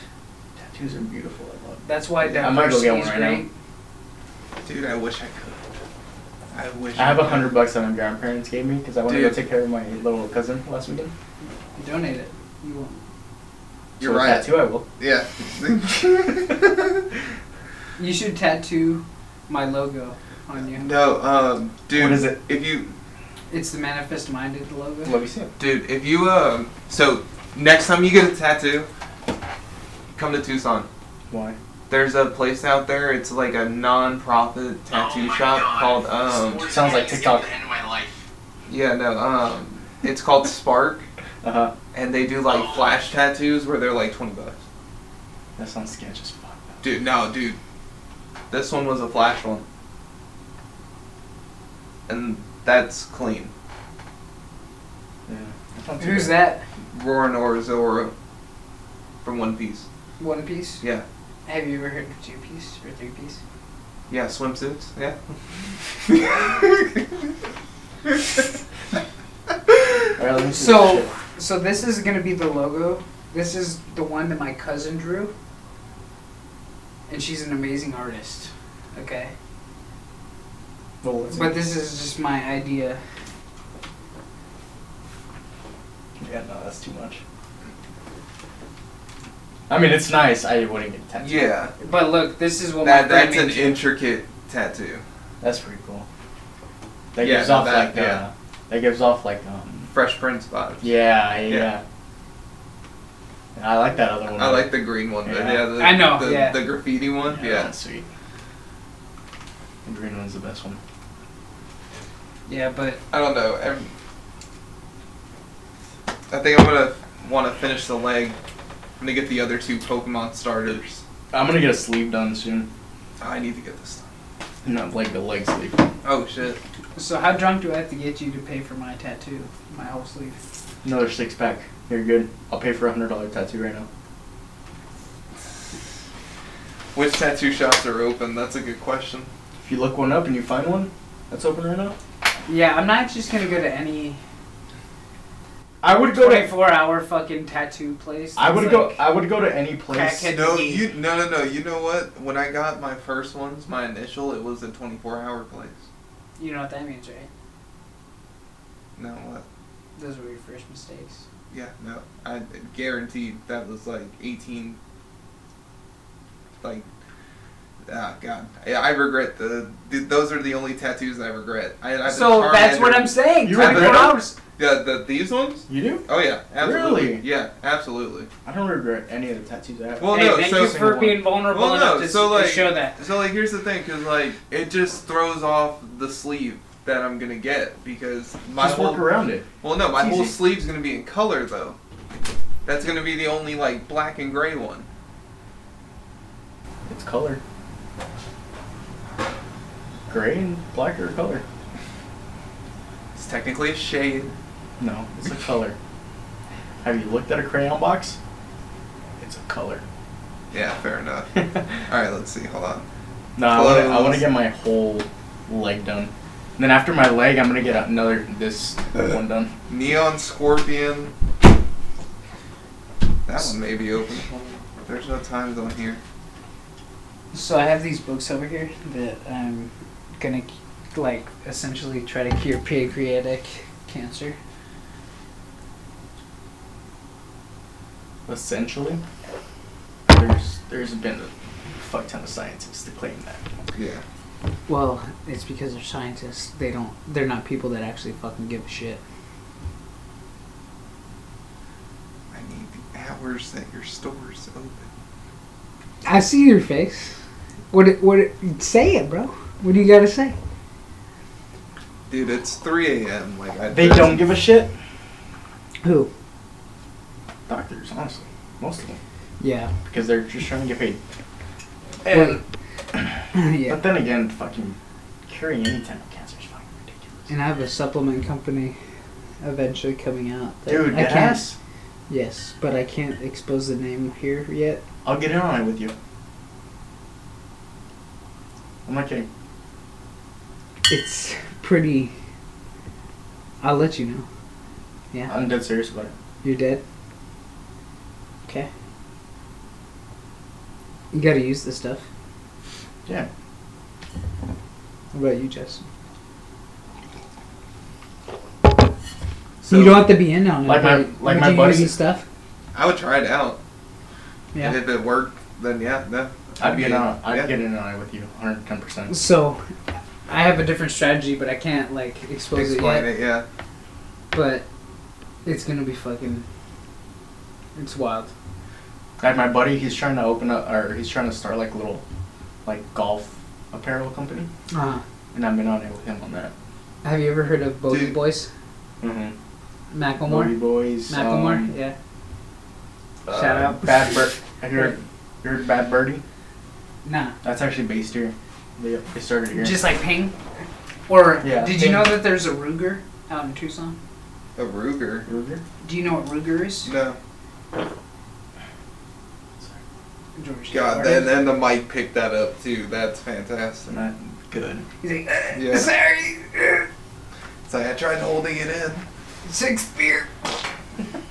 tattoos are beautiful. I love. That's why I might go diversity get one is right great. now. Dude, I wish I could. I wish. I have could. a hundred bucks that my grandparents gave me because I wanted to Dude. go take care of my little cousin last weekend. Donate it. You won't. You're so a right. Tattoo, I will. Yeah. You should tattoo my logo on you. no, um, dude. What is it? If you, It's the Manifest Minded logo. Let me see it. dude, if you, um, so next time you get a tattoo, come to Tucson. Why? There's a place out there. It's like a non-profit tattoo shop called, um, Sounds like TikTok. yeah, no, um, it's called Spark, Uh huh. and they do like flash tattoos where they're like twenty bucks. That sounds sketch as fuck. though. Dude, no, dude. This one was a flash one. And that's clean. Yeah. That's not too Who's bad. that? Roaring or Zoro from One Piece. One Piece? Yeah. Have you ever heard of Two Piece or Three Piece? Yeah, swimsuits. Yeah. All right, let me see So- this shit. So this is gonna be the logo. This is the one that my cousin drew, and she's an amazing artist. Okay, Well, let's see. but this is just my idea. yeah, no, that's too much. I mean, it's nice. I wouldn't get a tattoo. yeah. But look, this is what That, my that's friend an intricate tattoo. That's pretty cool. That Yeah, gives no, off that- like yeah. uh, that gives off like um Fresh Prince vibes. yeah yeah. Yeah. And I like that other one. I like the green one, but Yeah. yeah, the, I know, the, yeah. the graffiti one. Yeah, that's sweet. The green one's the best one. Yeah, but I don't know. ev- I think I'm gonna want to finish the leg. I'm gonna get the other two Pokemon starters. I'm gonna get a sleeve done soon. I need to get this done. Not like the leg sleeve. Oh shit! so how drunk do I have to get you to pay for my tattoo, my whole sleeve? Another six pack. You're good. I'll pay for a hundred dollar tattoo right now. Which tattoo shops are open? That's a good question. If you look one up and you find one that's open right now, Yeah, I'm not just gonna go to any I would go to. 24 hour fucking tattoo place. I would It's go. like- I would go to any place. Crackhead. No, you no no no. You know what? When I got my first ones, my initial, it was a 24-hour place. You know what that means, right? No, what? Those were your first mistakes. Yeah, no. I guaranteed that was like 18. Like, ah, God. I, I regret the. Th- those are the only tattoos I regret. I, I so that's what I'm saying. You 24 regret it? hours. The, the, these ones? You do? Oh, yeah. Absolutely. Really? Yeah, absolutely. I don't regret any of the tattoos I have. Well, hey, no, thank so- you for being vulnerable Well, enough no, to, s- so, to like- show that. So, like, here's the thing, because, like, it just throws off the sleeve that I'm going to get because my Just whole. work around it. Well, no, my It's whole easy. sleeve's gonna be in color though. That's gonna be the only like black and gray one. It's color. Gray and black are color. It's technically a shade. No, it's a color. Have you looked at a crayon box? It's a color. Yeah, fair enough. no, All right, let's see. Hold on. I wanna, I Clothes. want to get my whole leg done. And then after my leg, I'm gonna get another this one done. Neon scorpion. That one may be open. There's no times on here. So I have these books over here that I'm gonna like essentially try to cure pancreatic cancer. Essentially, there's there's been a fuck ton of scientists to claim that. Yeah. Well, it's because they're scientists. They don't. They're not people that actually fucking give a shit. I need the hours that your store's open. I see your face. What? It, what? It, say it, bro. What do you gotta say? Dude, it's 3 a.m. Like I. They don't give a shit. Who? Doctors, honestly, most of them, Yeah. because they're just trying to get paid. And yeah. But then again, fucking curing any type of cancer is fucking ridiculous. And I have a supplement company eventually coming out. that Dude, I that can't. ass. Yes, but I can't expose the name here yet. I'll get in on it with you. I'm not kidding. It's pretty. I'll let you know. Yeah. I'm dead serious about it. You're dead. Okay. You gotta use this stuff. Yeah. What about you, Justin? So you don't have to be in on it. Like my- but like would my you buddy- use this stuff. I would try it out. And Yeah. if it worked, then yeah, no. I'd get in on. I'd yeah. get in on it with you, 110. percent So, I have a different strategy, but I can't like expose it Explain yet. it. Yeah. But it's gonna be fucking. It's wild. Like my buddy, he's trying to open up, or he's trying to start like a little, like golf apparel company, Uh, and I'm in on it with him on that. have you ever heard of Bogey Dude. Boys? Mm-hmm. Macklemore. boys. Macklemore. um, yeah. uh, Shout out. Bad bird. Have you heard, you heard Bad Birdie? Nah. That's actually based here. They, they started here. Just like Ping. Or Yeah, did you Ping. know that there's a Ruger out in Tucson? A Ruger. Ruger? Do you know what Ruger is? No. George God, Gilbert. and then the mic picked that up too. That's fantastic. Not good. He's like, "Uh, Yeah. sorry, uh, It's like I tried holding it in. six beer.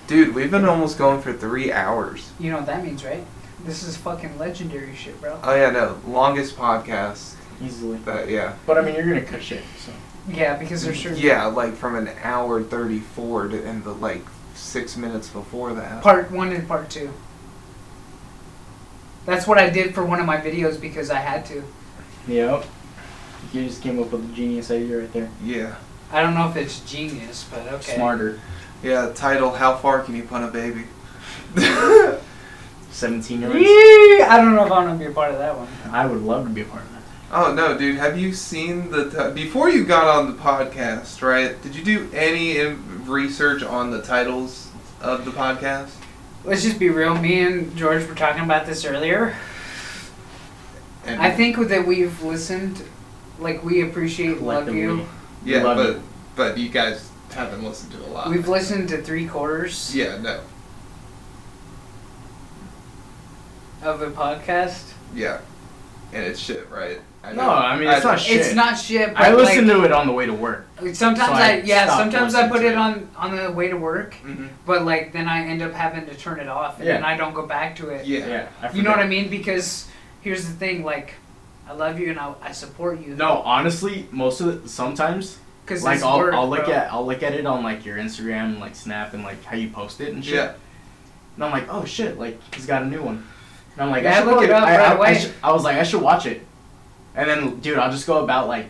Dude, we've been almost going for three hours. You know what that means, right? This is fucking legendary shit, bro. Oh yeah, no, longest podcast. Easily. That yeah, But I mean, you're gonna cut shit. So Yeah, because there's certain yeah, like from an hour thirty four to and the like six minutes before that. part one and part two. That's what I did for one of my videos because I had to. yep. You just came up with a genius idea right there. Yeah. I don't know if it's genius, but okay. Smarter. Yeah, title How Far Can You Punt a Baby? 17 year olds. Yee, I don't know if I want to be a part of that one. I would love to be a part of that. oh no, dude, have you seen the. T- Before you got on the podcast, right? Did you do any in- research on the titles of the podcast? Let's just be real. Me and George were talking about this earlier. And, I think that we've listened, like we appreciate love you. Yeah, Love but it. but you guys haven't listened to a lot. We've listened to three quarters yeah, no. of a podcast. Yeah. And it's shit, right? I No, know. I mean, it's I- not shit. It's not shit. But I listened like, to it on the way to work. Sometimes so I I, yeah. stopped Sometimes I listening put to it it. on on the way to work, Mhm. but like then I end up having to turn it off, and Yeah. then I don't go back to it. Yeah. I You know forget. what I mean? Because here's the thing, like. I love you and I, I support you. No, honestly, most of the, sometimes because like I'll, I'll look at I'll look at it on like your Instagram and like Snap and like how you post it and shit. Yeah. And I'm like, oh shit, like he's got a new one. And I'm like, Yeah, I should look look it up I, right I, I away. should- I was like, I should watch it. And then, dude, I'll just go about like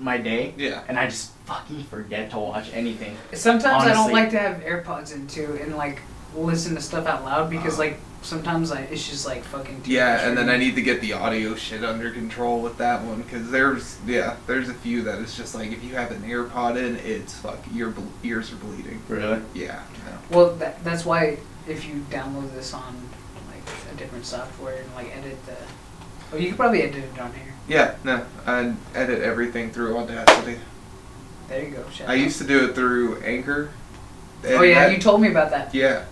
my day, Yeah. and I just fucking forget to watch anything. Sometimes I don't Honestly. like to have AirPods in too and like listen to stuff out loud because like sometimes I, it's just like fucking. Too much Uh-huh. Yeah, and for then me. I need to get the audio shit under control with that one because there's yeah, there's a few that it's just like if you have an AirPod in, it's fuck your ble- ears are bleeding. Really? Yeah, no. Well, that, that's why if you download this on like a different software and like edit the, oh, you could probably edit it on here. yeah, no. I edit everything through Audacity. There you go. Shout I out. used to do it through Anchor. and Oh yeah, that- you told me about that. Yeah.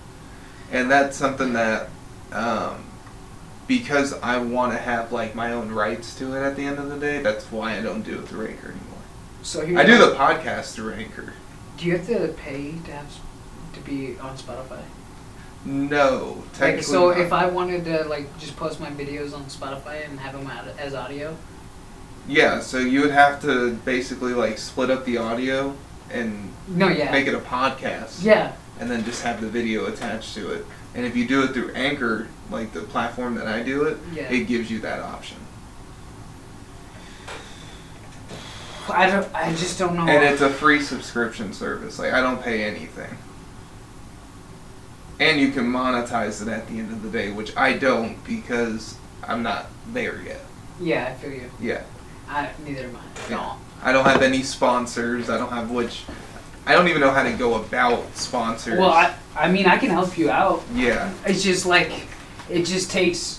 And that's something that, um, because I want to have like my own rights to it at the end of the day, that's why I don't do it through Anchor anymore. So here I do the podcast through Anchor. Do you have to pay to have s- to be on Spotify? No, technically. Like, so not. if I wanted to like just post my videos on Spotify and have them out as audio, Yeah, so you would have to basically like split up the audio and no, yeah, make it a podcast, yeah. and then just have the video attached to it. And if you do it through Anchor, like the platform that I do it, Yeah. it gives you that option. I don't. I just don't know. And it's a free subscription service. Like I don't pay anything. And you can monetize it at the end of the day, which I don't because I'm not there yet. yeah, I feel you. Yeah. I neither am I. Yeah. I don't have any sponsors. I don't have which I don't even know how to go about sponsors. Well, I, I mean, I can help you out. yeah. It's just like, it just takes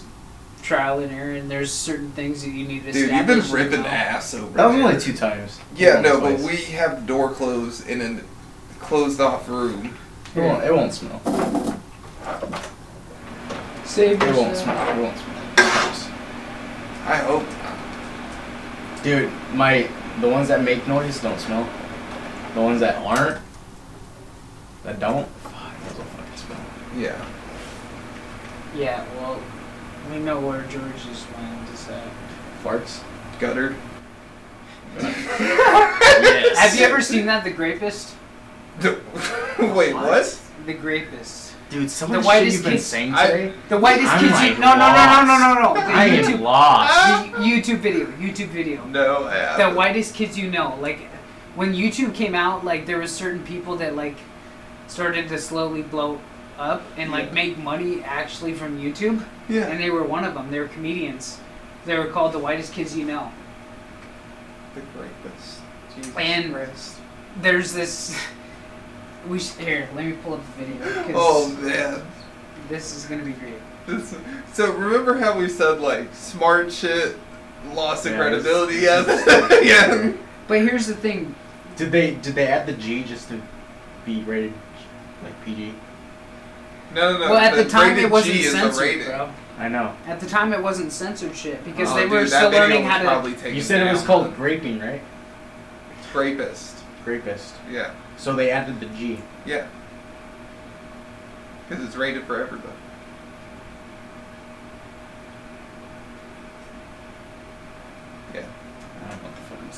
trial and error, and there's certain things that you need to. Dude, you've been establish, ripping know. ass over That was there. only two times. Yeah, Only no, but twice. we have the door closed in a closed off room. It won't, it won't smell. It Save won't yourself. smell. It won't smell. I hope Dude, my the ones that make noise don't smell. The ones that aren't, that don't, fuck, those don't fucking smell. Yeah. Yeah, well, we know where George is land is at. Farts. Guttered. yes. Have you ever seen that, The Grapist? Wait, what? The Grapist. Dude, some The of the shit whitest you've been kid- saying I- today. The whitest I'm, kids like, you. No, no, no, no, no, no, no. The I YouTube, am lost. the YouTube video. YouTube video. No, I, the whitest kids you know. Like when YouTube came out, like there was certain people that like started to slowly blow up and like Yeah. make money actually from YouTube, Yeah. and they were one of them. They were comedians. They were called the whitest kids you know. The greatest. Jesus And- Christ. There's this. We should, here. Let me pull up the video because Oh man. this is gonna be great. This, so remember how we said like smart shit lost in Yeah, credibility? this- Yes. this is- yeah. But here's the thing. Did they did they add the G just to be rated like PG? No, no, no. Well, at the time rated it wasn't G is the censored, rating. bro. I know. At the time it wasn't censored shit because Oh, they were dude, that still video learning was how to. probably taken You said it was down. called graping, right? rapist. Grapist. Yeah, So they added the G. yeah. Because it's rated for everybody. Yeah. I don't know what the fuck I'm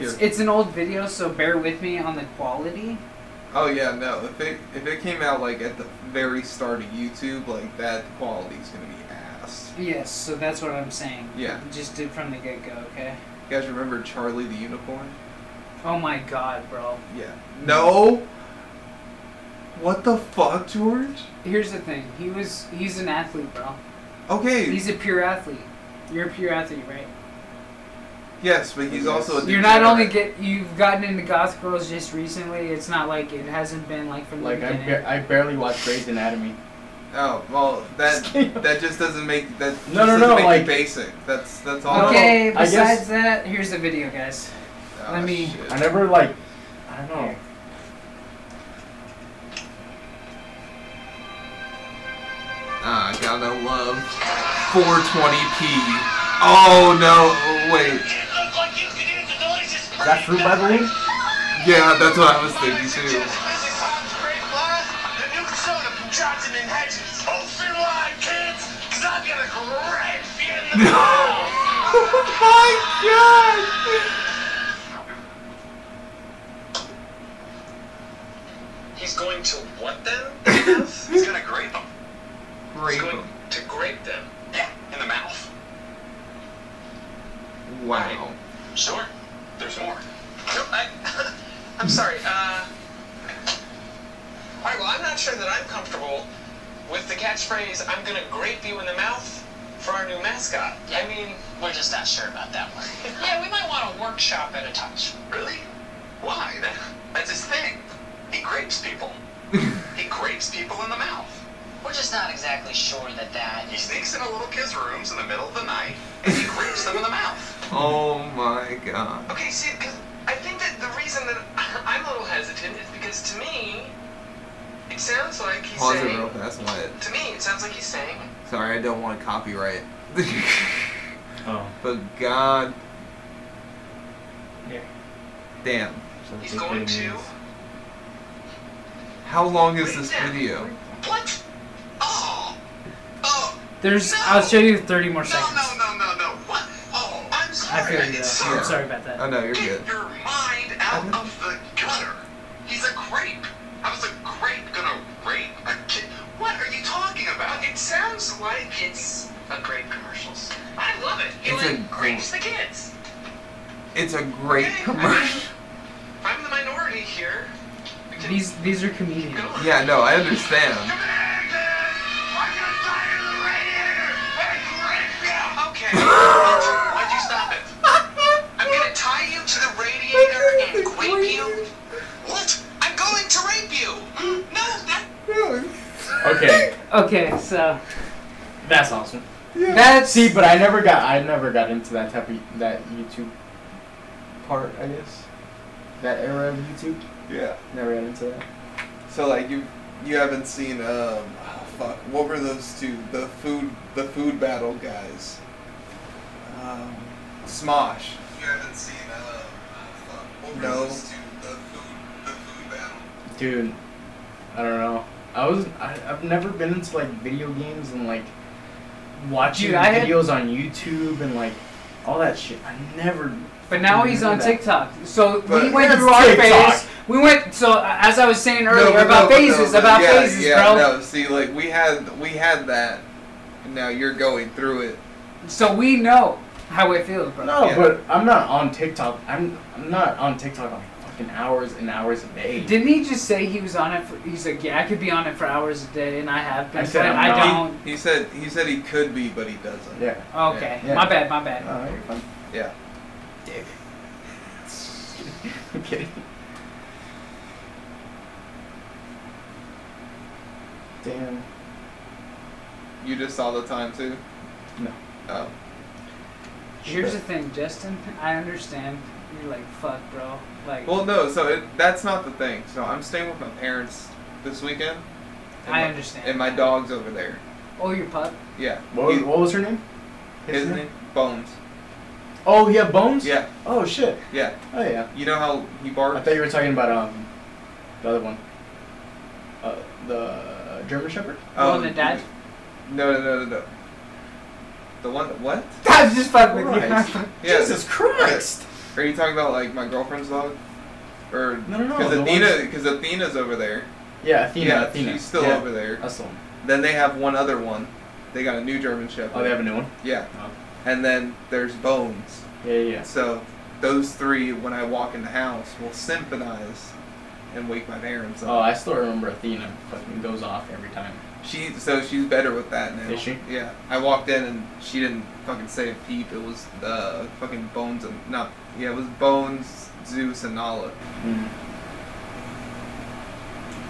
saying. It's Here. it's an old video, so bear with me on the quality. Oh yeah, no. If it if it came out like at the very start of YouTube, like that quality's gonna be ass. past. Yes, so that's what I'm saying. Yeah. Just did from the get go, okay? You guys remember Charlie the Unicorn? Oh my god, bro. Yeah. No. What the fuck, George? Here's the thing. He was he's an athlete, bro. Okay. He's a pure athlete. You're a pure athlete, right? yes, but he's also a You're not only degenerate. get you've gotten into goth girls just recently. It's not like it hasn't been like from the Like I, beginning. ba- I barely watch Grey's Anatomy. Oh well, that Just kidding. that just doesn't make that. just no, doesn't no, Make like- it basic. That's that's all. okay. I guess- Besides that, here's the video, guys. Oh, let me- shit. I never like. I don't know. Ah, gotta love 420p. Oh no, wait. Is that fruit by the leaf? Yeah, that's what I was thinking too. oh He's going to what them? He's gonna grape them. my god! He's Rape going to grape them. Yeah, in the mouth. him. Wow. Sure. There's more. No, I, I'm sorry. Uh, all right. Well, I'm not sure that I'm comfortable with the catchphrase "I'm gonna grape you in the mouth" for our new mascot. I mean, we're just not sure about that one. yeah, we might want to workshop at a touch. Really? Why? That, that's his thing. He grapes people. he grapes people in the mouth. We're just not exactly sure that that He sneaks into little kids' rooms in the middle of the night and he grapes them in the mouth. Oh my god. Okay, see, 'cause I think that the reason that I'm a little hesitant is because to me, it sounds like he's Pause it saying. real fast, Wyatt. To me, it sounds like he's saying, Sorry, I don't want to copyright. Oh. but god Yeah. damn. So he's they going could've to. used- How long is this video? What? Oh! Oh! There's No! I'll show you 30 more No, seconds. no, no, no, no! What? Oh, I'm I sorry! feel you. it's though. so- I'm sorry about that. Oh no, you're good. Get your mind out Mhm. of the gutter. He's a grape. How's a grape gonna rape a kid? What are you talking about? It sounds like it's a grape commercials. I love it. He It's like a grapes the kids. It's a great Okay, commercial. I'm the minority here. We can These these are go comedians. on. Yeah, no, I understand. Come back, man. Are you tired of the radiator? I grape you. Okay. Why'd you stop it? I'm gonna tie you to the radiator and grape you. What? I'm going to rape you. No, that. Okay, Okay, so that's awesome. that's See, but I never got I never got into that type of that YouTube part. I guess that era of YouTube. Yeah. Never got into that. So like you you haven't seen um oh, fuck what were those two the food the food battle guys um Smosh You haven't seen uh, fuck. No. Overlords two, the food, the food battle. Dude, I don't know. I was I, I've never been into like video games and like watching Dude, I had- videos on YouTube and like all that shit. I never. But now he's on Remember that. TikTok. So we But- went That's through our TikTok. phase. We went so uh, as I was saying No, earlier but about no, but no, phases, but about yeah, phases, yeah, bro. no see like we had we had that and now you're going through it So we know how it feels, bro. No, Yeah. but I'm not on TikTok. I'm I'm not on TikTok on fucking hours and hours a day. Didn't he just say he was on it for? He's like, yeah, I could be on it for hours a day, and I have been. I said but I'm I not. don't. he said he said he could be but he doesn't yeah. Okay, Yeah. my bad, my bad. Oh, you're fine. yeah Dick. okay. Damn. you just saw the time too No. oh Here's the thing, Justin. I understand. You're like, fuck, bro. Like, well no so it, that's not the thing so I'm staying with my parents this weekend and I my- understand. and my dog's over there oh, your pup. yeah What was, He- what was her name? his name Bones Oh, yeah, Bones. yeah Oh shit. yeah Oh yeah. You know how he I barks? thought you were talking about um, the other one. Uh, the German Shepherd. Oh, the dad. No, no, no, no, no. The one what? I'm just fucking with Christ. you. Yeah. Jesus Christ. Are you talking about like my girlfriend's dog? Or No, no, no, Because the Athena, ones- because Athena's over there. Yeah, Athena. yeah, Athena. she's still Yeah, over there. That's the one. Then they have one other one, They got a new German Shepherd. Oh, they have a new one. Yeah. Oh. And then there's Bones. Yeah, yeah. yeah. So those three, when I walk in the house, will sympathize and wake my parents up. Oh, I still remember Athena fucking goes off every time. She so she's better with that now. Is she? Yeah. I walked in and she didn't fucking say a peep. It was uh fucking Bones and no yeah it was Bones, Zeus and Nala. Mm.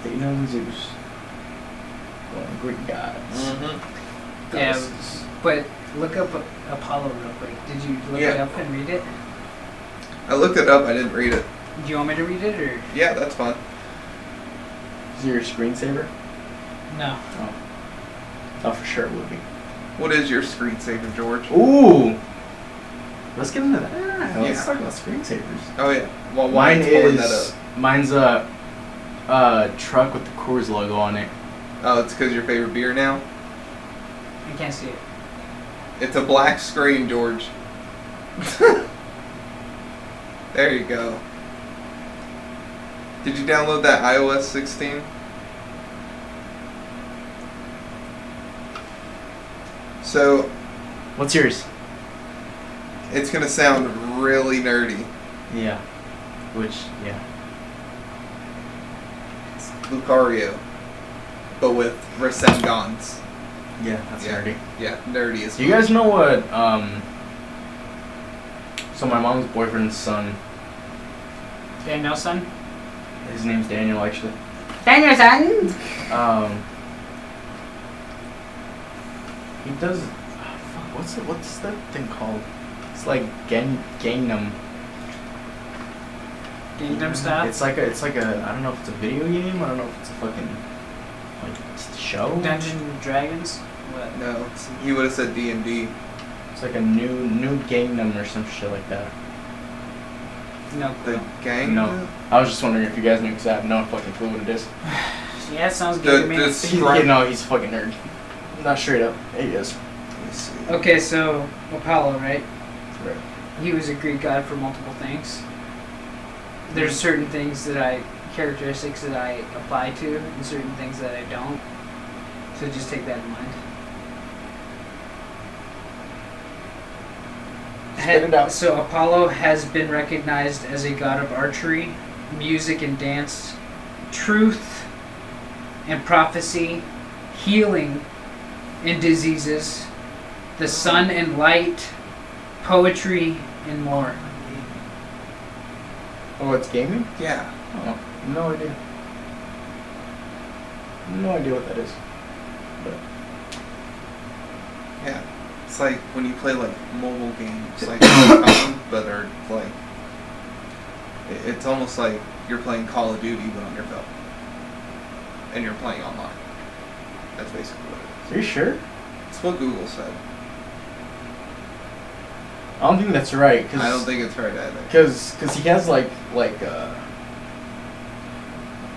Athena and Zeus. Well, Greek gods. Mm-hmm. Yeah. Goddesses. But look up Apollo real quick. Did you look it Yeah. up and read it? I looked it up. I didn't read it. Do you want me to read it or Yeah, that's fun. Is it your screensaver? no? Oh, for sure it would be. What is your screensaver, George? Ooh! Let's get into that. Let's Yeah. talk about screensavers. Oh yeah. Well, Mine Wyatt's pulling that is. up. Mine's a, a truck with the Coors logo on it. Oh, it's because your favorite beer now. I can't see it. It's a black screen, George. there you go. Did you download that iOS 16? So What's yours? it's gonna sound really nerdy. Yeah. Which, yeah. It's Lucario, but with Resengans. Yeah, that's Yeah. nerdy. Yeah, nerdy as Do you fuck. guys know what? Um, so my mom's boyfriend's son, Daniel son. his name's Daniel actually. Daniel son. Um, he does. ah, fuck, what's it? What's that thing called? It's like gang Gangnam. Mm-hmm. Kingdom stuff. It's like a. It's like a. I don't know if it's a video game. I don't know if it's a fucking like s- show. Dungeons and Dragons. What? No, it's- he would have said D and D. It's like a new new Gangnam or some shit like that. No. The gang. No. I was just wondering if you guys knew because I have no fucking clue what it is. Yeah, it sounds good The, to me. the He's, strong- you know, he's a fucking nerd. Not straight up. He is. Let's see. Okay, so Apollo, right? Right. He was a Greek god for multiple things. There's certain things that I characteristics that I apply to, and certain things that I don't. So just take that in mind. Spit it out. So Apollo has been recognized as a god of archery, music and dance, truth and prophecy, healing and diseases, the sun and light, poetry, and more. Oh, it's gaming. Yeah. Oh, no idea. No idea what that is. But Yeah, it's like when you play like mobile games, like um, but are like it- it's almost like you're playing Call of Duty but on your phone, and you're playing online. That's basically what it are you sure? is. It's what Google said. I don't think that's right. Cause, I don't think it's right either. because cause he has like like uh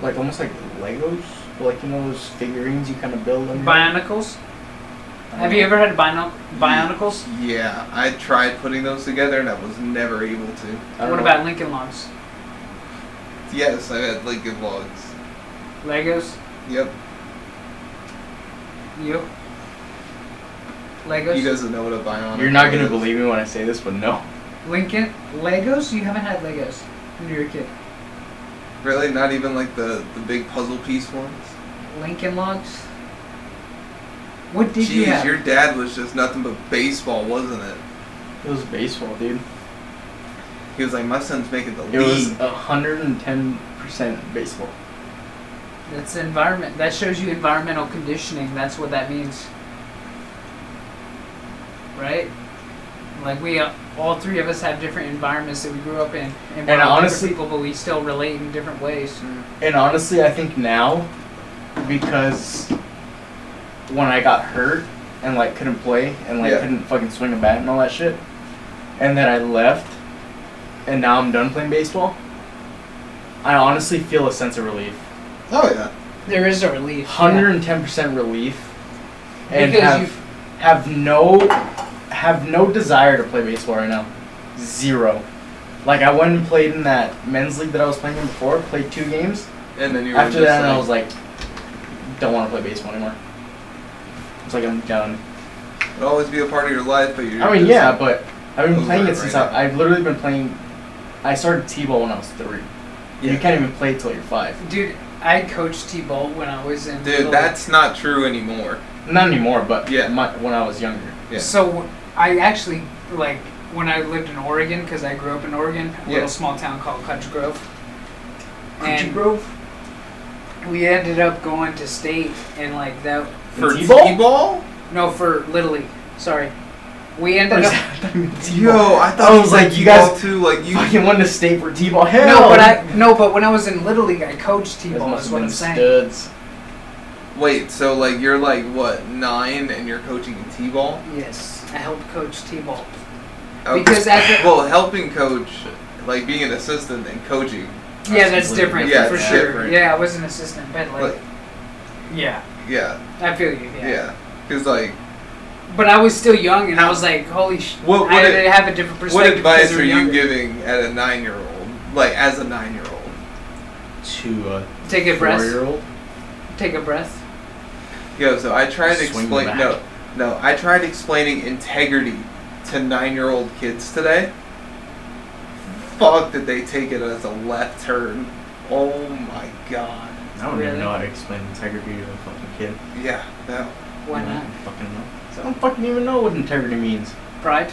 like almost like Legos, like you know those figurines you kind of build. on your- Bionicles? Have you ever had bionic- Mm. bionicles? Yeah, I tried putting those together and I was never able to. I don't What know. about Lincoln Logs? Yes, I had Lincoln Logs. Legos? Yep, You? Legos? he doesn't know what a bionic. You're not is. gonna believe me when I say this, but no. Lincoln? Legos? You haven't had Legos when you were a kid. Really, not even like the the big puzzle piece ones. Lincoln Logs? What did you Jeez, have? your dad was just nothing but baseball, wasn't it? It was baseball, dude. He was like, my son's making the It was league. hundred and ten percent baseball. That's environment. That shows you environmental conditioning. That's what that means. Right? Like we uh, all three of us have different environments that we grew up in, and, we're all different honestly- people, but we still relate in different ways. And honestly, I think now, because when I got hurt and like couldn't play and like Yeah. couldn't fucking swing a bat and all that shit, and then I left, and now I'm done playing baseball. I honestly feel a sense of relief, Oh yeah. There is a relief. hundred and ten percent relief, and Because have you've- have no have no desire to play baseball right now, zero. Like I went and played in that men's league that I was playing in before, played two games. And then you were After just that, like, I was like, don't want to play baseball anymore. It's like I'm done. It'll always be a part of your life, but you're. I mean, just- yeah, but I've been Over playing it it since right now. I, I've literally been playing. I started t-ball when I was three. You Yeah. can't even play till you're five. Dude, I coached T-ball when I was in. middle- Dude, that's not true anymore. Not anymore, but Yeah. my, when I was younger. Yeah. So I actually like when I lived in Oregon because I grew up in Oregon, a Yeah. little small town called Country Grove. Country and We ended up going to state and like that. For T-ball? T-ball? No, for Little League. Sorry. We ended up. Yo, I thought I it was like, you T-ball guys- too. Like you. fucking won the state for t-ball. Hell, No, but I no, but when I was in Little League, I coached T-ball. Is what I'm saying. Studs. Wait, so like you're like what nine and you're coaching T-ball? Yes, I helped coach T-ball. Okay. Because at the- well, helping coach, like being an assistant and coaching. yeah, that's completely different different. for Yeah, sure. different. Yeah, I was an assistant, but like, Like, yeah, yeah, I feel you. Yeah. yeah. Because like, But I was still young, and I was like, holy sh! What- what I had ad- to have a different what perspective. advice because we were are you younger. giving at a nine-year-old? Like as a nine-year-old? To a Take a breath. four-year-old. Take a breath. Yo, so I tried Swing explain. back. No, no, I tried explaining integrity to nine-year-old kids today. Fuck, did they take it as a left turn? Oh my god. I don't Really? even know how to explain integrity to a fucking kid. Yeah, no. Why I not? don't fucking know. I don't fucking even know what integrity means. Pride.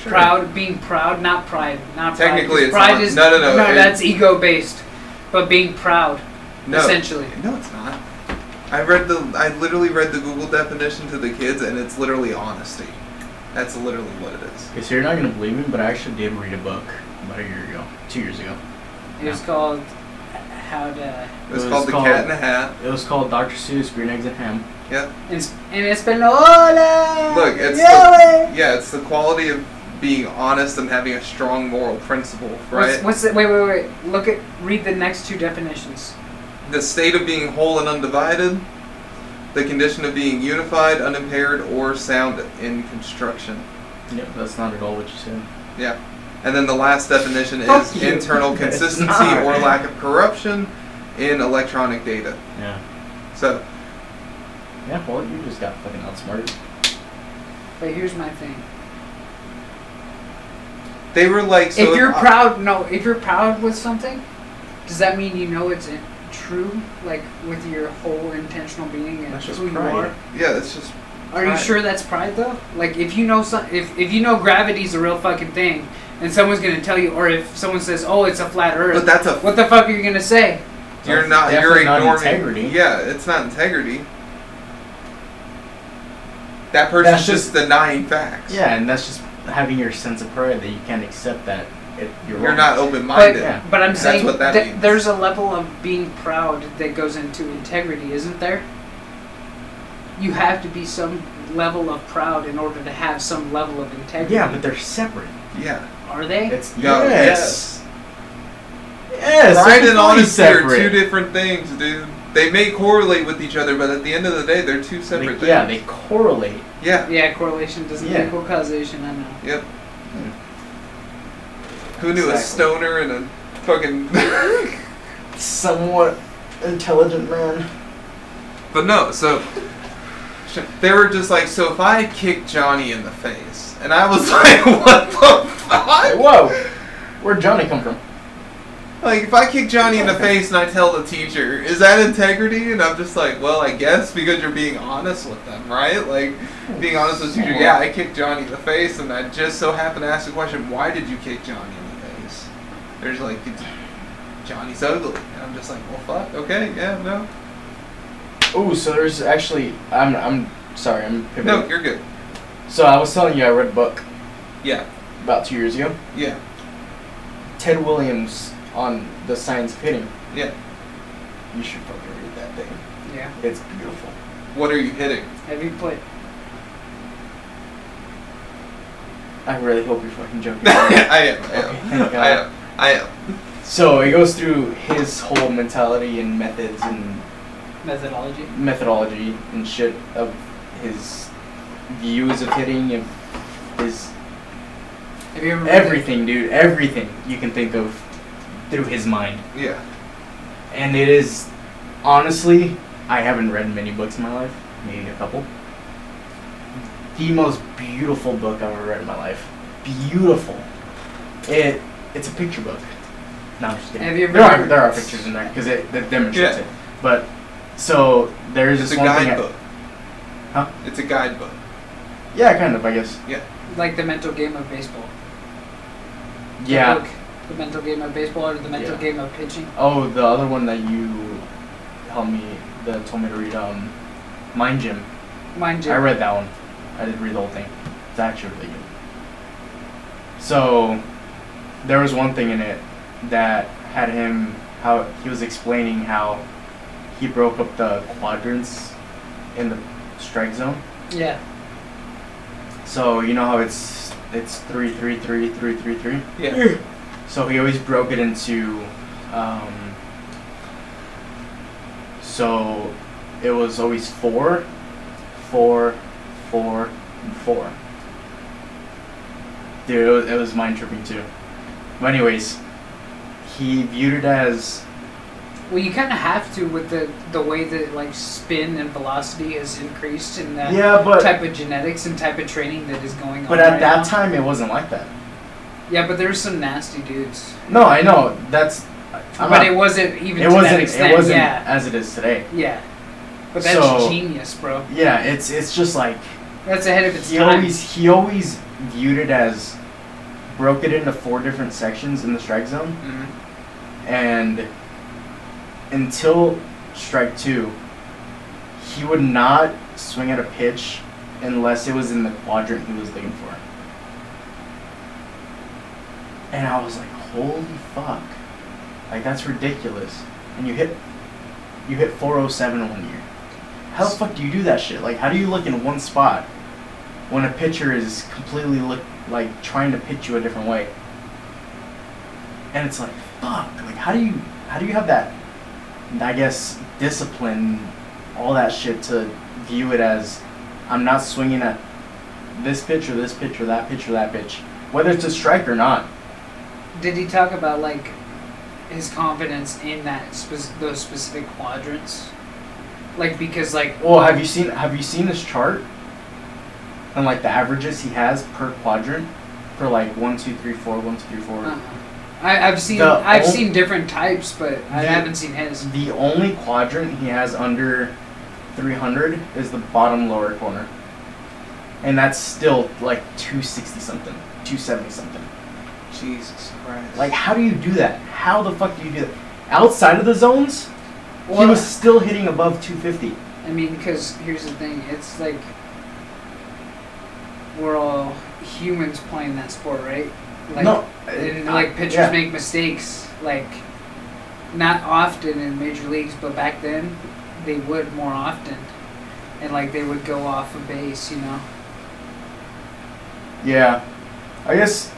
Proud. Being proud, not pride, not pride, Technically, 'cause it's pride not- is no, no, no, it- that's ego based, but being proud, No. essentially. No, it's not. I read the. I literally read the Google definition to the kids, and it's literally honesty. That's literally what it is. Okay, so you're not gonna believe me, but I actually did read a book about a year ago, two years ago. It was Yeah. called how to. It was called, the Cat in the Hat. It was called Dr. Seuss Green Eggs and Ham. Yeah. In, in Espanola. Look, it's Yeah, the, yeah, it's the quality of being honest and having a strong moral principle, right? What's, what's the, wait, wait, wait. Look at read the next two definitions. The state of being whole and undivided. The condition of being unified, unimpaired, or sound in construction. Yep, that's not at all what you said. Yeah. And then the last definition Fuck is you. internal It's consistency not. or lack of corruption in electronic data. Yeah. So Yeah, well, you just got fucking outsmarted. But here's my thing. They were like, so uh, if you're I- proud, no. If you're proud with something, does that mean you know it's in- true, like with your whole intentional being and That's just who you pride. are? yeah, it's just Are you Pride. sure that's pride though? Like if you know some, if if you know gravity's a real fucking thing, and someone's gonna tell you, or if someone says, "Oh, it's a flat Earth," but that's a what the fuck are you gonna say? you're That's not you're definitely ignoring not integrity. Yeah, it's not integrity. That person's That's just just- denying facts. Yeah, and that's just having your sense of pride that you can't accept that it, you're, you're wrong. not But, open-minded. Yeah. but I'm That's saying what that th- means. there's a level of being proud that goes into integrity, isn't there? You have to be some level of proud in order to have some level of integrity. Yeah, but they're separate. Yeah. Are they? It's No, yes. Yes. Pride they're and honesty are completely two separate. different things, dude. They may correlate with each other, but at the end of the day, they're two They- separate yeah, they things. correlate. Yeah. Yeah, correlation doesn't Yeah. equal causation. I know. Yep. Who knew a Exactly. stoner and a fucking? Somewhat intelligent man. But no, so they were just like, so if I kick Johnny in the face, and I was like, what the Hey, fuck? whoa. Where'd Johnny come from? Like, if I kick Johnny in the face and I tell the teacher, is that integrity? And I'm just like, well, I guess because you're being honest with them, right? Like, being honest with the teacher, yeah, I kicked Johnny in the face, and I just so happened to ask the question, why did you kick Johnny in the face? There's like, "It's- Johnny's ugly, and I'm just like, well, fuck, okay, yeah, no, Oh, so there's actually. I'm. I'm sorry. I'm. no, you're good, So I was telling you I read a book yeah, about two years ago. yeah, Ted Williams on the science of hitting. yeah. You should fucking read that thing. Yeah. It's beautiful. What are you hitting? Have you played? I really hope you're fucking joking. I am. I Okay, am. thank God. I am. I am. so it goes through his whole mentality and methods and Methodology. methodology and shit of his views of hitting and his Have you ever read everything, dude. Everything you can think of through his mind. Yeah. And it is honestly, I haven't read many books in my life, maybe a couple. the most beautiful book I've ever read in my life. Beautiful. It it's a picture book. No, I'm just kidding. Have you ever there are read- there are pictures in there because it that demonstrates Yeah. it. But so there's It's this a one thing. I- guidebook. Huh? It's a guidebook. yeah, kind of. I guess. Like the mental game of baseball. The Yeah. book, The mental game of baseball or the mental Yeah. game of pitching. Oh, the other one that you helped me that told me to read um, Mind Gym. Mind you. I read that one. I didn't read the whole thing. It's actually really good. So, there was one thing in it that had him how he was explaining how he broke up the quadrants in the strike zone. Yeah. So you know how it's it's three three three three three three. Yeah. So he always broke it into. Um, so it was always four, four, four, and four. Dude, it was, it was mind tripping too. But anyways, he viewed it as Well, you kind of have to with the the way that like spin and velocity is increased in that yeah, but type of genetics and type of training that is going on. but at right that now. time it wasn't like that. Yeah, but there's some nasty dudes. No, I know that's. I'm but not- it wasn't even it to wasn't that extent. it wasn't yeah. as it is today. Yeah. But that's So- genius, bro. Yeah, it's it's just like That's ahead of its he time. always he always viewed it as broke it into four different sections in the strike zone hmm and until strike two he would not swing at a pitch unless it was in the quadrant he was looking for and i was like holy fuck like that's ridiculous and you hit you hit 407 one year how the fuck do you do that shit like how do you look in one spot when a pitcher is completely look like trying to pitch you a different way and it's like fuck like how do you how do you have that i guess discipline all that shit to view it as i'm not swinging at this pitch or this pitch or that pitch or that pitch whether it's a strike or not Did he talk about like his confidence in that spec- those specific quadrants? Like because like well have you seen have you seen his chart and like the averages he has per quadrant for like one two three four one two three four uh, I, I've seen The I've ol- seen different types, but I The- haven't seen his. The only quadrant he has under 300 is the bottom lower corner. And that's still like 260 something, 270 something. Jesus Christ. Like, how do you do that? How the fuck do you do that? Outside of the zones, Well, he was still hitting above 250. I mean, because here's the thing: it's like we're all humans playing that sport, right? Like, no, and, uh, like pitchers yeah. make mistakes, like not often in major leagues, but back then they would more often, and like they would go off a base, you know. Yeah, I guess.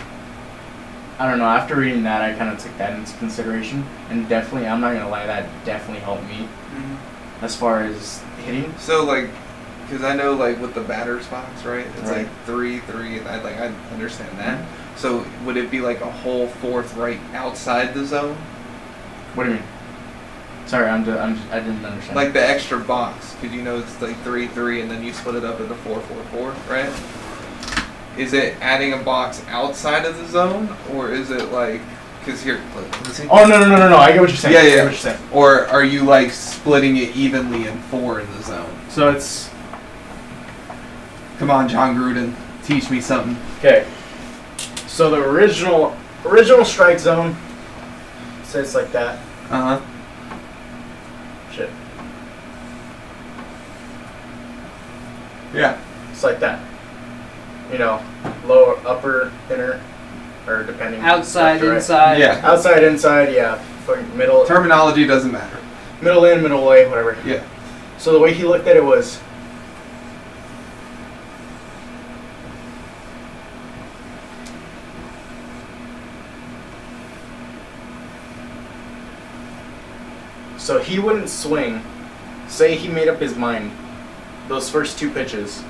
I don't know. After reading that, I kind of took that into consideration, and definitely, I'm not gonna lie, that definitely helped me Mm-hmm. as far as hitting. So like, because I know like with the batter's box, right? It's Right. Mm-hmm. like three, three. and I like I understand that. So would it be like a whole fourth right outside the zone, What do you mean? Sorry, I'm, ju- I'm ju- I didn't understand. like the extra box? Because you know it's like three, three, and then you split it up into four, four, four, right? Is it adding a box outside of the zone, or is it like? Because here, look, let me see. oh no no no no no! I get what you're saying. Yeah, I get yeah. what you're saying. Or are you like splitting it evenly in four in the zone? So it's Come on, John Gruden, teach me something. okay. So the original original strike zone says like that. Uh huh. Shit, Yeah. it's like that. You know, lower, upper, inner, or depending. Outside, left or right. inside. Yeah. Outside, inside, yeah. Fucking middle, Terminology doesn't matter. middle in, middle away, whatever. Yeah. So the way he looked at it was So he wouldn't swing. Say he made up his mind those first two pitches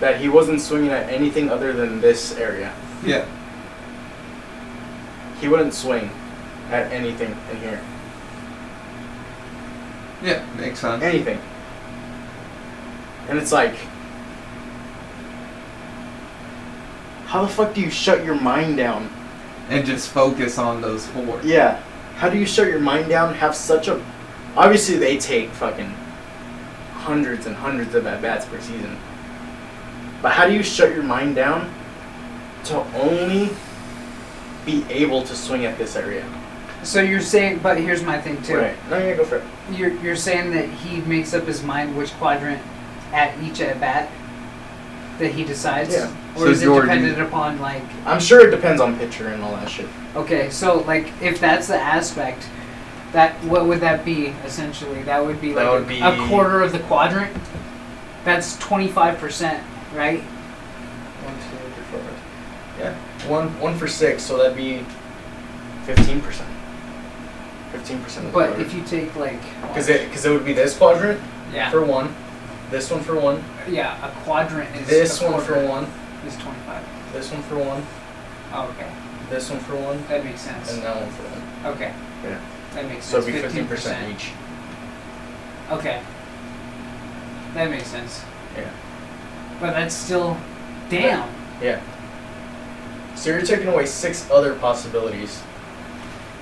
that he wasn't swinging at anything other than this area. Yeah. He wouldn't swing at anything in here. Yeah. Makes sense. anything. And it's like, How the fuck do you shut your mind down? and just focus on those four. Yeah. How do you shut your mind down? Have such a. Obviously, they take fucking hundreds and hundreds of at bats per season. But how do you shut your mind down to only be able to swing at this area? So you're saying, but here's my thing too. No, you're gonna go for it. You're you're saying that he makes up his mind which quadrant at each at bat that he decides, Yeah. or So is it Jordan- dependent upon like I'm sure it depends on pitcher and all that shit. Okay, so like if that's the aspect, that what would that be essentially? That would be That like would a, be- a quarter of the quadrant. That's twenty five percent, right? One, two, three, four, five. Yeah. One one for six, so that'd be fifteen percent. Fifteen percent of the But if you take like because it because it would be this quadrant yeah for one, this one for one, yeah a quadrant is this a one for quarter one, is twenty five. this one for one, Oh, okay, this one for one, that makes sense. and that one for one. Okay, Yeah. that makes So sense. it'd be fifteen percent each. Okay, that makes sense. Yeah. But that's still damn. Yeah. So you're taking away six other possibilities.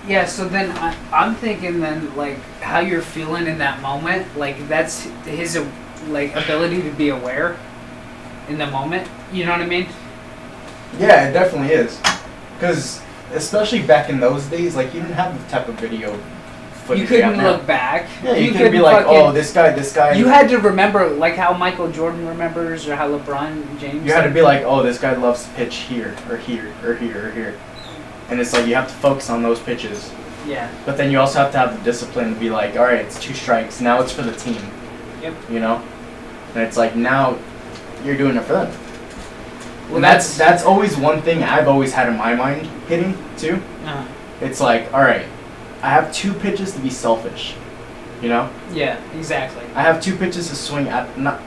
Yeah, so then I, I'm thinking then like how you're feeling in that moment, like that's his uh, like ability to be aware in the moment. You know what I mean? Yeah, it definitely is. Because especially back in those days, like you didn't have the type of video. you couldn't look back. Yeah, you, couldn't couldn't be like, fucking- oh, this guy, this guy. You had to remember like how Michael Jordan remembers or how LeBron James. You had to be like, oh, this guy loves to pitch here or here or here or here, and it's like you have to focus on those pitches. Yeah. But then you also have to have the discipline to be like, all right, it's two strikes. Now it's for the team. Yep. You know, and it's like now you're doing it for them. Well, and that's that's always one thing I've always had in my mind hitting too. uh, It's like, all right, I have two pitches to be selfish. You know, yeah, exactly. I have two pitches to swing at. Not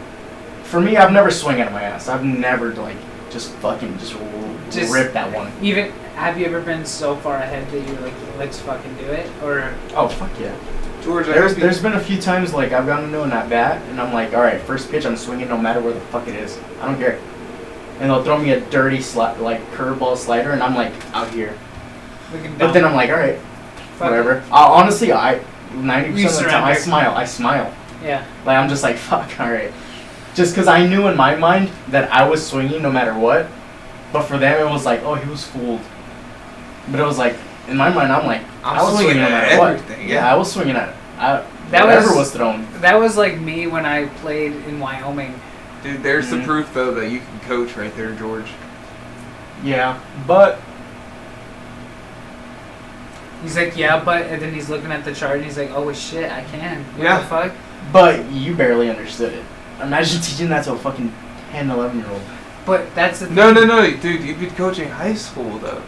for me. I've never swung out of my ass. I've never like just fucking just, r- Just- rip that one. Even have you ever been so far ahead that you're like, let's fucking do it? Or Oh fuck yeah. George, I There's hope you- there's been a few times like I've gotten into an at bat and I'm like, all right, first pitch I'm swinging no matter where the fuck it is. I don't care. And they'll throw me a dirty sli- like curveball slider and I'm like out here. we can But then I'm like, all right, Fuck it. whatever. I, honestly, I ninety You percent of the time I surrender. smile. I smile. yeah, Like I'm just like fuck, all right. Just because I knew in my mind that I was swinging no matter what, but for them it was like, oh, he was fooled. But it was like in my mind, I'm like, I'm I was swinging, swinging no at matter what. everything, Yeah. yeah. I was swinging at. I, That whatever was- was thrown. that was like me when I played in Wyoming. dude, there's Mhm. the proof though that you can coach right there, George. Yeah, but He's like, yeah, but and then he's looking at the chart and he's like, oh shit, I can. What Yeah. the fuck? but you barely understood it. Imagine teaching that to a fucking 10, 11 year old. But that's the No, no, thing. no, dude, you've been coaching high school though.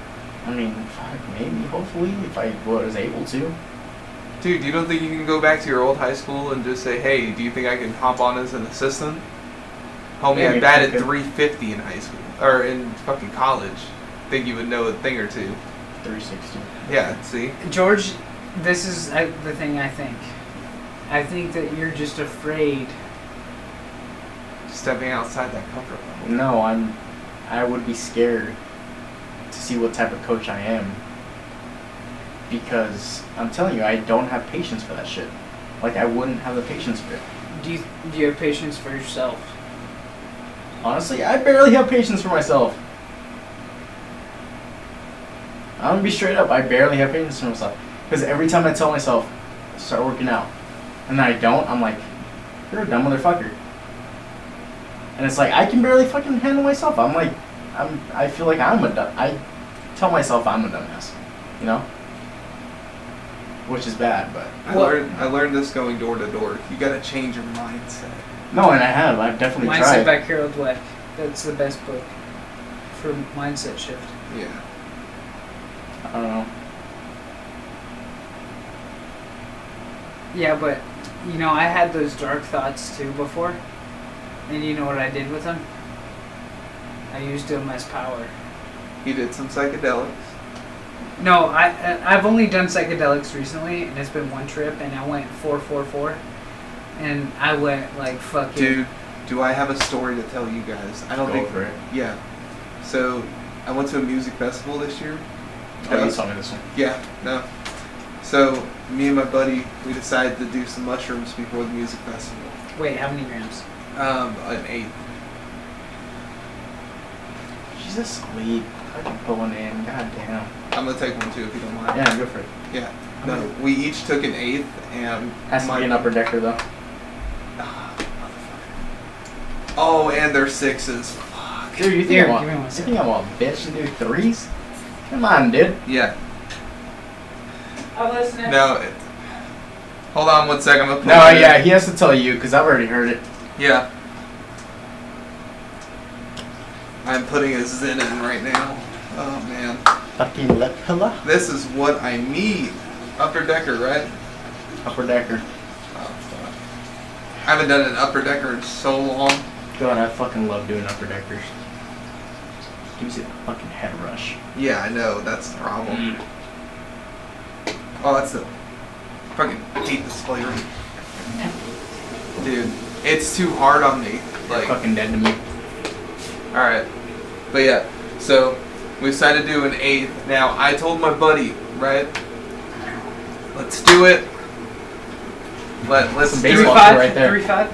I mean, fuck, maybe, hopefully, if I was able to. Dude, you don't think you can go back to your old high school and just say, hey, do you think I can hop on as an assistant? Homie, Maybe I if I batted could. 350 in high school, or in fucking college. Think you would know a thing or two. 360. Yeah, see? George, this is I, the thing I think. I think that you're just afraid. Stepping outside that comfort level. No, I'm. I would be scared to see what type of coach I am. Because I'm telling you, I don't have patience for that shit. Like, I wouldn't have the patience for it. Do you do you have patience for yourself? Honestly, I barely have patience for myself. I'm gonna be straight up. I barely have patience for myself because every time I tell myself start working out, and then I don't, I'm like, you're a dumb motherfucker. And it's like I can barely fucking handle myself. I'm like, I'm. I feel like I'm a dumb. I tell myself I'm a dumbass, you know. Which is bad, but I Well- learned, I learned this going door to door. You gotta change your mindset. no, and I have. I've definitely tried. Mindset by Carol Dweck. That's the best book for mindset shift. Yeah. I don't know. Yeah, but you know I had those dark thoughts too before, and you know what I did with them? I used them as power. He did some psychedelics. No, I I- I've only done psychedelics recently, and it's been one trip, and I went four four four, and I went like fucking Dude, do I have a story to tell you guys? I don't Go think. for it. Yeah. So, I went to a music festival this year. Oh, you told me this one. Yeah, no. So me and my buddy, we decided to do some mushrooms before the music festival. Wait, how many grams? Um, an eight. She's asleep. I can put one in. God damn. I'm gonna take one too if you don't mind. Yeah, go for it. Yeah. No, we each took an eighth, and Has to my- be an upper decker though. Ah, motherfucker. Oh, and they're sixes. Fuck. Dude, you Here, think I want? give me one You sec. think I want a bitch to do threes? Come on, dude. Yeah. I'll listen. No. It, hold on one second. I'm gonna put No, it in. yeah, he has to tell you because I've already heard it. Yeah. I'm putting a Zen in right now. Oh man. Fucking Lepilla. This is what I need. Upper decker, right? Upper decker. Oh, fuck. I haven't done an upper decker in so long. God, I fucking love doing upper deckers. Gives you a fucking head rush. Yeah, I know. That's the problem. Oh, that's the fucking hate this flavor. Dude, it's too hard on me. Like, all fucking dead to me. right, but yeah. So we decided to do an eighth. Now I told my buddy, right? Let's do it. Let let's Some do Three baseball. it. five, right there. three five.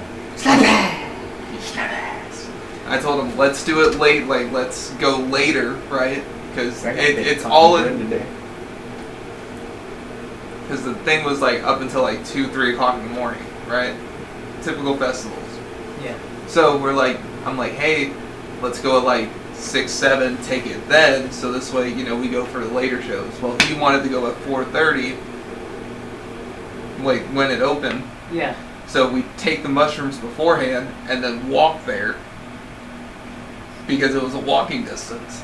I told him let's do it late. Like let's go later, right? Because That it, did it's fucking all good in. today. Because the thing was like up until like two, three o'clock in the morning, right? Typical festivals. Yeah. So we're like, I'm like, hey, let's go at like six, seven, take it then. So this way, you know, we go for the later shows. Well, he wanted to go at four thirty, like when it opened. Yeah. So we take the mushrooms beforehand and then walk there because it was a walking distance.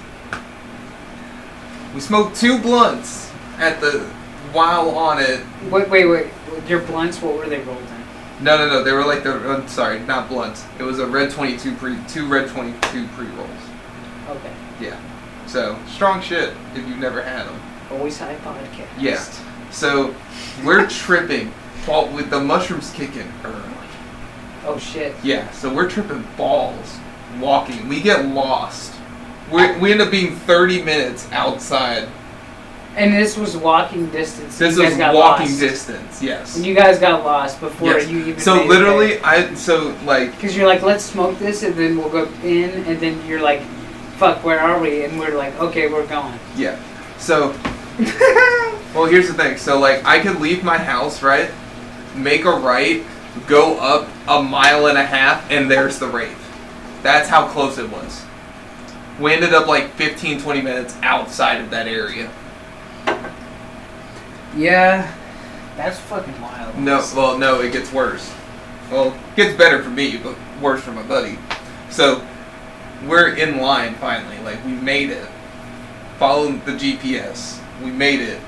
We smoked two blunts at the while on it. Wait, wait, wait. Your blunts. What were they rolled in? No, no, no. They were like the. I'm sorry, not blunts. It was a red 22 pre, two red 22 pre rolls. Okay. Yeah. So strong shit if you've never had them. Always high podcast. Yeah. So we're tripping ball with the mushrooms kicking early. Oh shit. Yeah. So we're tripping balls walking. We get lost. We we end up being 30 minutes outside. And this was walking distance. This you guys is got walking lost. distance. Yes. And you guys got lost before Yes. you even. so literally, I so like Because you're like, let's smoke this, and then we'll go in, and then you're like, fuck, where are we? And we're like, okay, we're going. Yeah. So, well, here's the thing. So, like, I could leave my house, right? Make a right, go up a mile and a half, and there's the rave. That's how close it was. We ended up like 15, 20 minutes outside of that area. Yeah. That's fucking wild. No, well, no, it gets worse. Well, it gets better for me, but worse for my buddy. So, we're in line finally. Like, we made it. Following the GPS. We made it.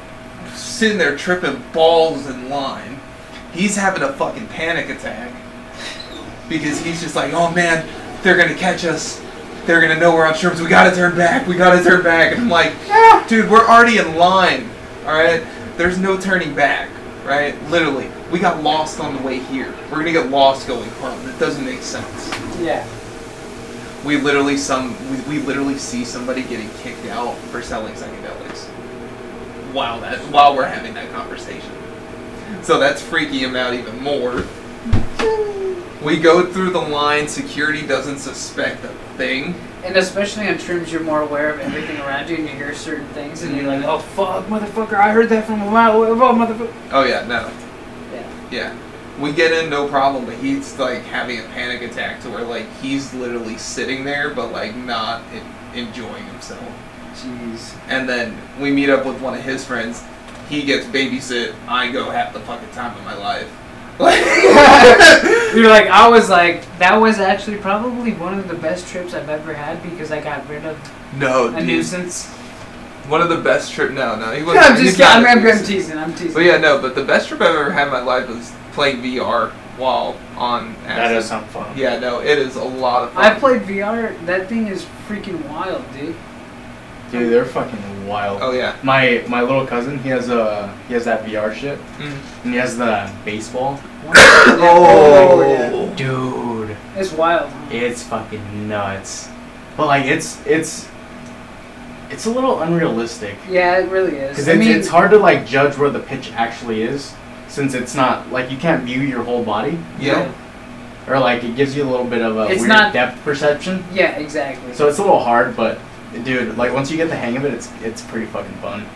Sitting there tripping balls in line. He's having a fucking panic attack. Because he's just like, oh man, they're gonna catch us. They're gonna know we're on shrooms. We gotta turn back. We gotta turn back. And I'm like, dude, we're already in line. Alright? There's no turning back. Right? Literally. We got lost on the way here. We're gonna get lost going home. It doesn't make sense Yeah. we literally some we, we literally see somebody getting kicked out for selling psychedelics while that while we're having that conversation. So that's freaking him out even more. We go through the line, security doesn't suspect a thing. And especially on trims, you're more aware of everything around you, and you hear certain things, and you're like, oh fuck, motherfucker, I heard that from a mile away. Oh, motherfucker. Oh yeah, no. Yeah. Yeah. We get in no problem, but he's like having a panic attack to where like he's literally sitting there but like not en- enjoying himself. Jeez. and then we meet up with one of his friends. He gets babysit. I go half the fucking time of my life. You're like, I was like, that was actually probably one of the best trips I've ever had because I got rid of no, a dude. nuisance. One of the best trip. No, no, he wasn't. I'm he's just kidding. not a I'm, I'm, I'm nuisance. teasing. I'm teasing. But yeah, no. But the best trip I've ever had in my life was playing VR while on. That acid. does sound fun. Yeah, no, it is a lot of fun. I played VR. That thing is freaking wild, dude. Dude, they're fucking wild. Oh yeah. My my little cousin, he has a he has that VR shit, Mm. and he has the baseball. Oh. Dude, It's wild. huh? it's fucking nuts. But like, it's it's it's a little unrealistic. Yeah, it really is. Because I it's, mean, it's hard to like judge where the pitch actually is, since it's not like you can't view your whole body. you Yeah. know? Or like it gives you a little bit of a It's weird not- depth perception. Yeah, exactly. So it's a little hard, but dude, like once you get the hang of it, it's it's pretty fucking fun.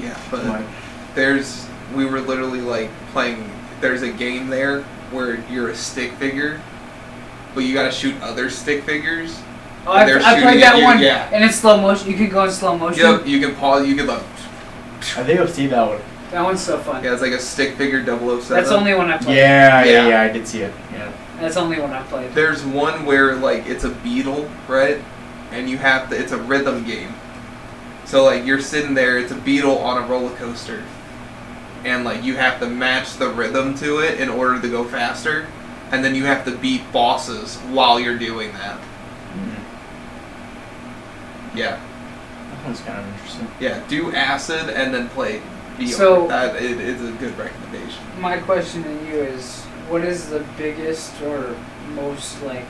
Yeah, but Like, there's we were literally like playing. There's a game there where you're a stick figure, but you gotta shoot other stick figures. oh, I, they're I shooting played at that you, one, yeah. and it's slow motion. You could go in slow motion. Yep, you can pause. You can like I think I've seen that one. That one's so fun. yeah, it's like a stick figure 007. That's only one I played. Yeah, Yeah. yeah, yeah. I did see it. Yeah. That's only one I played. There's one where like it's a beetle, right? And you have to. It's a rhythm game. So like you're sitting there, it's a beetle on a roller coaster, and like you have to match the rhythm to it in order to go faster, and then you have to beat bosses while you're doing that. Yeah, Mm-hmm. That one's kind of interesting. yeah. Do acid and then play. VR. So- that it is a good recommendation. My question to you is, what is the biggest or most like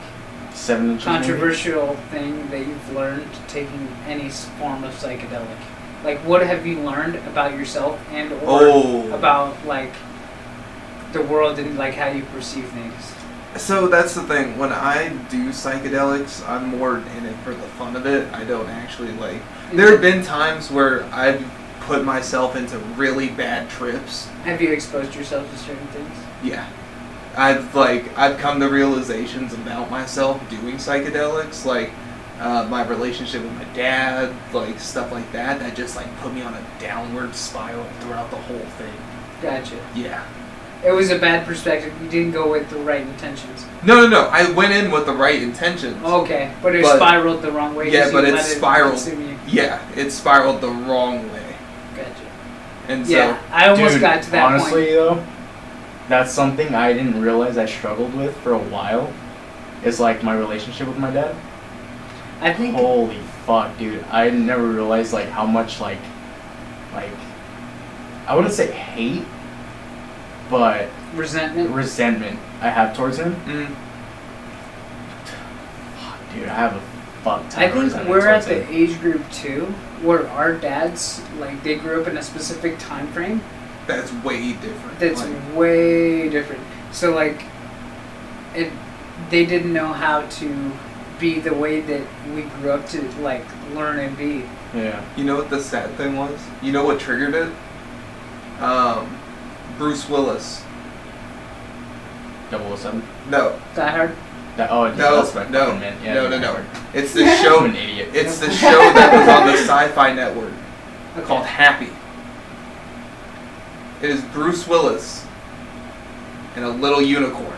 Seven inches. maybe? controversial thing that you've learned taking any s- form of psychedelic? Like, what have you learned about yourself and or Oh. about like the world and like how you perceive things? So that's the thing. When I do psychedelics, I'm more in it for the fun of it. I don't actually like. There have been times where I've put myself into really bad trips. Have you exposed yourself to certain things? Yeah. I've like I've come to realizations about myself doing psychedelics, like uh, my relationship with my dad, like stuff like that. That just like put me on a downward spiral throughout the whole thing. Gotcha. Yeah. It was a bad perspective. You didn't go with the right intentions. No, no, no. I went in with the right intentions. Okay, but it But- spiraled the wrong way. 'cause Yeah, you but it let spiraled. consume you. Yeah, it spiraled the wrong way, Gotcha. and so. Yeah, I almost Dude, got to that honestly, point. though, that's something I didn't realize I struggled with for a while. Is like my relationship with my dad. I think Holy fuck, dude! I never realized like how much like, like, I wouldn't say hate, but resentment. resentment I have towards him. Mm. Dude, I have a fuck ton I of think resentment we're at towards the him. age group too where our dads like they grew up in a specific time frame That's way different. that's Like, way different. So like it they didn't know how to be the way that we grew up to like learn and be. Yeah. you know what the sad thing was? You know what triggered it? Um, Bruce Willis. Double oh seven. No, Die hard? That, oh, No, that's what I no, fucking meant. Yeah, no, no, no. whatever. it's the I'm show. an idiot. It's the show that was on the Sci-Fi Network called Happy. It is Bruce Willis and a little unicorn.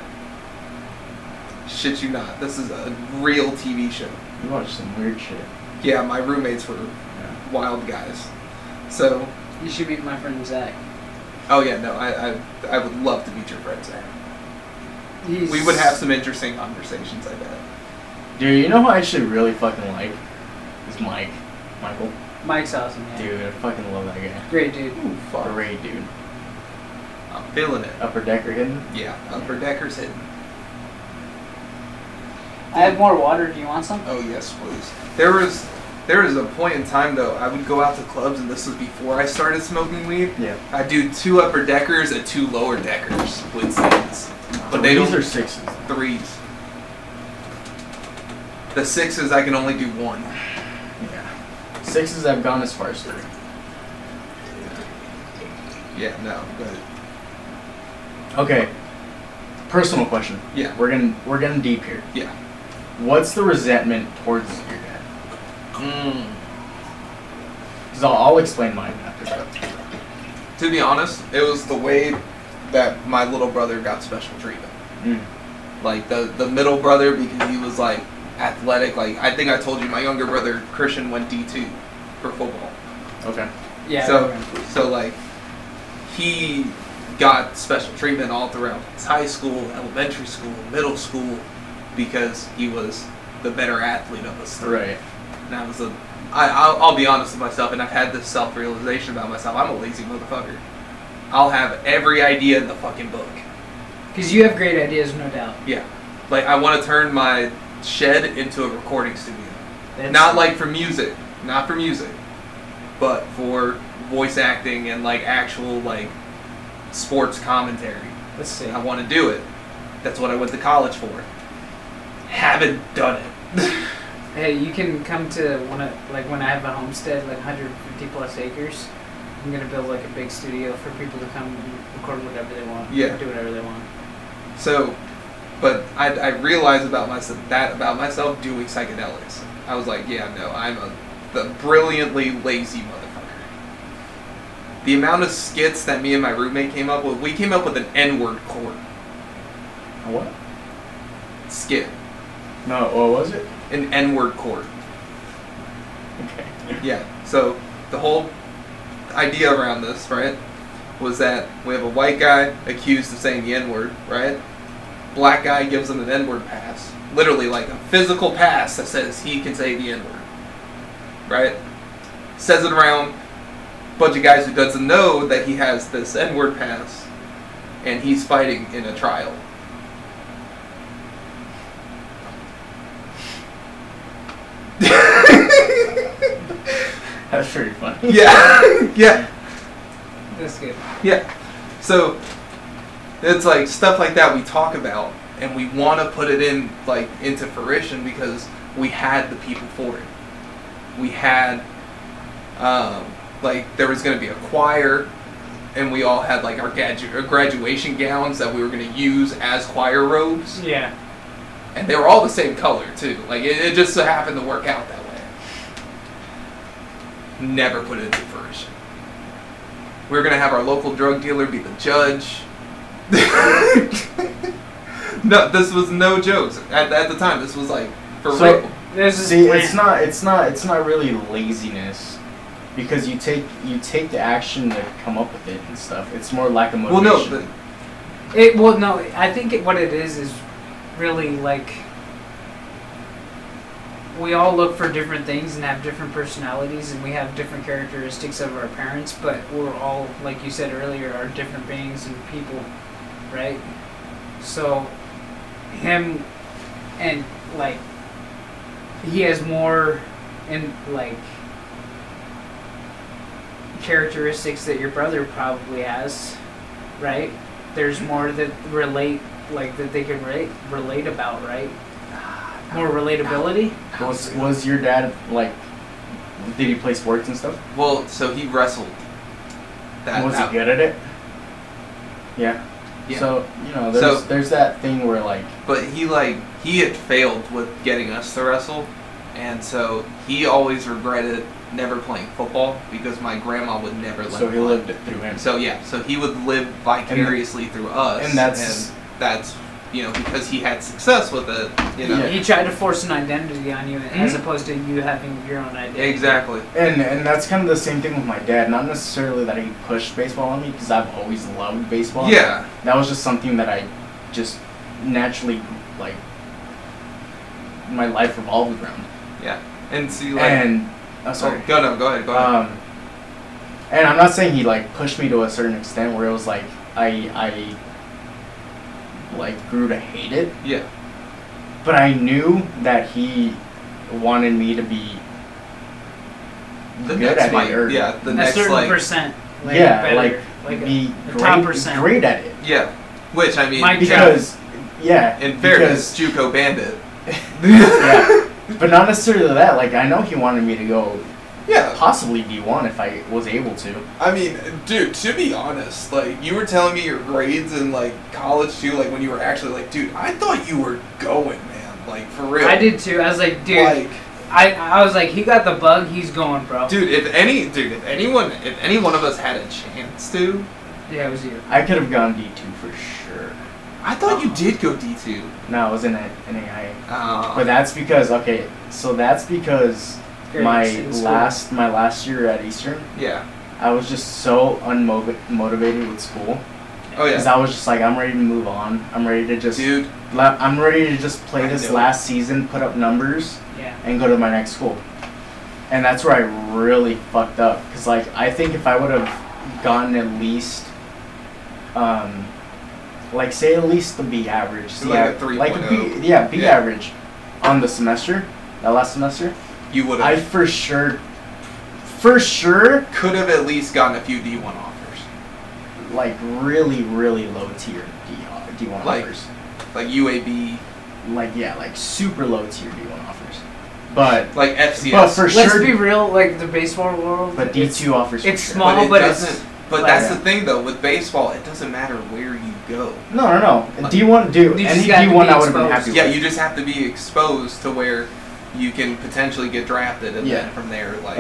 Shit you not. This is a real TV show. You watch some weird shit. Yeah, my roommates were wild guys. So You should meet my friend Zach. Oh yeah, no, I, I, I would love to meet your friend Sam. He's We would have some interesting conversations, I bet. Dude, you know who I actually really fucking like? Is Mike. Michael. Mike's awesome, yeah. Dude, I fucking love that guy. Great dude. Ooh, fuck. Great dude. I'm feeling it. Upper Decker hidden. Yeah, uh, upper decker's hidden. I have more water. Do you want some? Oh yes, please. There was, there was a point in time though. I would go out to clubs, and this was before I started smoking weed. Yeah. I do two upper deckers and two lower deckers with Zans, but they these don't are sixes. threes. The sixes I can only do one. Yeah. Sixes I've gone as far as three. Yeah. No. But Okay. Personal question. yeah. We're gonna we're getting deep here. Yeah. What's the resentment towards your dad? Mm. Because I'll, I'll explain mine after that. To be honest, it was the way that my little brother got special treatment. Mm. Like the the middle brother because he was like athletic. Like I think I told you, my younger brother Christian went D two for football. Okay. Yeah. I Oh, So remember. so like he got special treatment all throughout his high school, elementary school, middle school because he was the better athlete of us three. Right. And I was a, I, I'll, I'll be honest with myself, and I've had this self realization about myself. I'm a lazy motherfucker. I'll have every idea in the fucking book. Because you have great ideas, no doubt. Like, I want to turn my shed into a recording studio. It's- Not like for music, not for music, but for voice acting and like actual like sports commentary. Let's see. I want to do it. That's what I went to college for. Haven't done it. Hey, you can come to one of like when I have a homestead, like 150 plus acres. I'm gonna build like a big studio for people to come and record whatever they want. Yeah. Do whatever they want. so, but I, I realized about myself that about myself doing psychedelics. I was like, yeah, no, I'm a the brilliantly lazy motherfucker. The amount of skits that me and my roommate came up with, we came up with an N-word court What? skit, No, what was it? an N-word court. Okay. Yeah. So the whole idea around this, right, was that we have a white guy accused of saying the N word, right? Black guy gives him an N word pass, literally like a physical pass that says he can say the N word, right? Says it around bunch of guys who doesn't know that he has this N word pass, and he's fighting in a trial. That's pretty funny. Yeah, yeah. That's good. Yeah. So it's like stuff like that we talk about and we want to put it in like into fruition because we had the people for it. We had um, like there was going to be a choir and we all had like our gadu- our graduation gowns that we were going to use as choir robes Yeah. and they were all the same color too. Like it, it just so happened to work out that way. Never put it into fruition. We were gonna have our local drug dealer be the judge. no, this was no jokes at, at the time. This was like for So- real. There's this See, plan. it's not, it's not, it's not really laziness, because you take, you take the action to come up with it and stuff. It's more lack of Well, motivation. no, but It well no. I think it, what it is is really like we all look for different things and have different personalities and we have different characteristics of our parents, but we're all like you said earlier are different beings and people, right? So him and like he has more and like characteristics that your brother probably has, right? there's more that relate like that they can relate relate about right more relatability was, was your dad like? Did he play sports and stuff? well, so he wrestled. That was out. he good at it? Yeah. Yeah. So you know, So- there's there's that thing where like but he like he had failed with getting us to wrestle and so he always regretted never playing football because my grandma would never let so him he play. lived it through him. so yeah so he would live vicariously through us and that's- and that's you know because he had success with it you know Yeah. you try to force an identity on you as Mhm. opposed to you having your own identity exactly And and that's kind of the same thing with my dad. Not necessarily that he pushed baseball on me because I've always loved baseball. yeah That was just something that I just naturally like my life revolved around. and see like And I'm sorry sorry. go no go ahead go ahead Um, and I'm not saying he like pushed me to a certain extent where it was like I I like grew to hate it. yeah But I knew that he wanted me to be the good next at like it. Or, yeah the a next certain like percent like yeah, better, like, like a- be a great, top percent. great at it. yeah which i mean My- Because, yeah, in fairness juco bandit because- yeah, but not necessarily that. Like I know he wanted me to go yeah possibly D one if I was able to. I mean, dude, to be honest, like you were telling me your grades in like college too, like when you were actually like, dude, I thought you were going, man, like for real. i did too i was like dude Like, I, I was like he got the bug he's going bro dude, if any, dude, if anyone, if any one of us had a chance to, yeah it was you I could have gone D two for sure. I thought you did go D two. No, I was in a, an AI. But Oh. Uh, that's because okay, so that's because Great, my it's in school. last my last year at Eastern, yeah. I was just so unmotivated with school Oh because yeah, I was just like, I'm ready to move on. I'm ready to just dude. la- I'm ready to just play I this know. last season, put up numbers, yeah and go to my next school. And that's where I really fucked up because like I think if I would have gotten at least, um, like say at least the B average, So the like a av- like a 3.0. B, yeah B Yeah. average, on the semester, that last semester, You would I have for sure, for sure, could have at least gotten a few D1 offers. like really, really low tier D D1 Like- offers. Like UAB, Like yeah, like super low tier D1 offers. But like FCS. but for Let's sure, be real, like the baseball world. but it's- D2 offers. for it's sure. small, but it but it's- doesn't. but like- that's the thing though with baseball, it doesn't matter where you go. No, no, no. D1, dude. You just Any gotta D1, be I would have been exposed. happy Yeah, with. you just have to be exposed to where you can potentially get drafted, and Yeah. then from there, like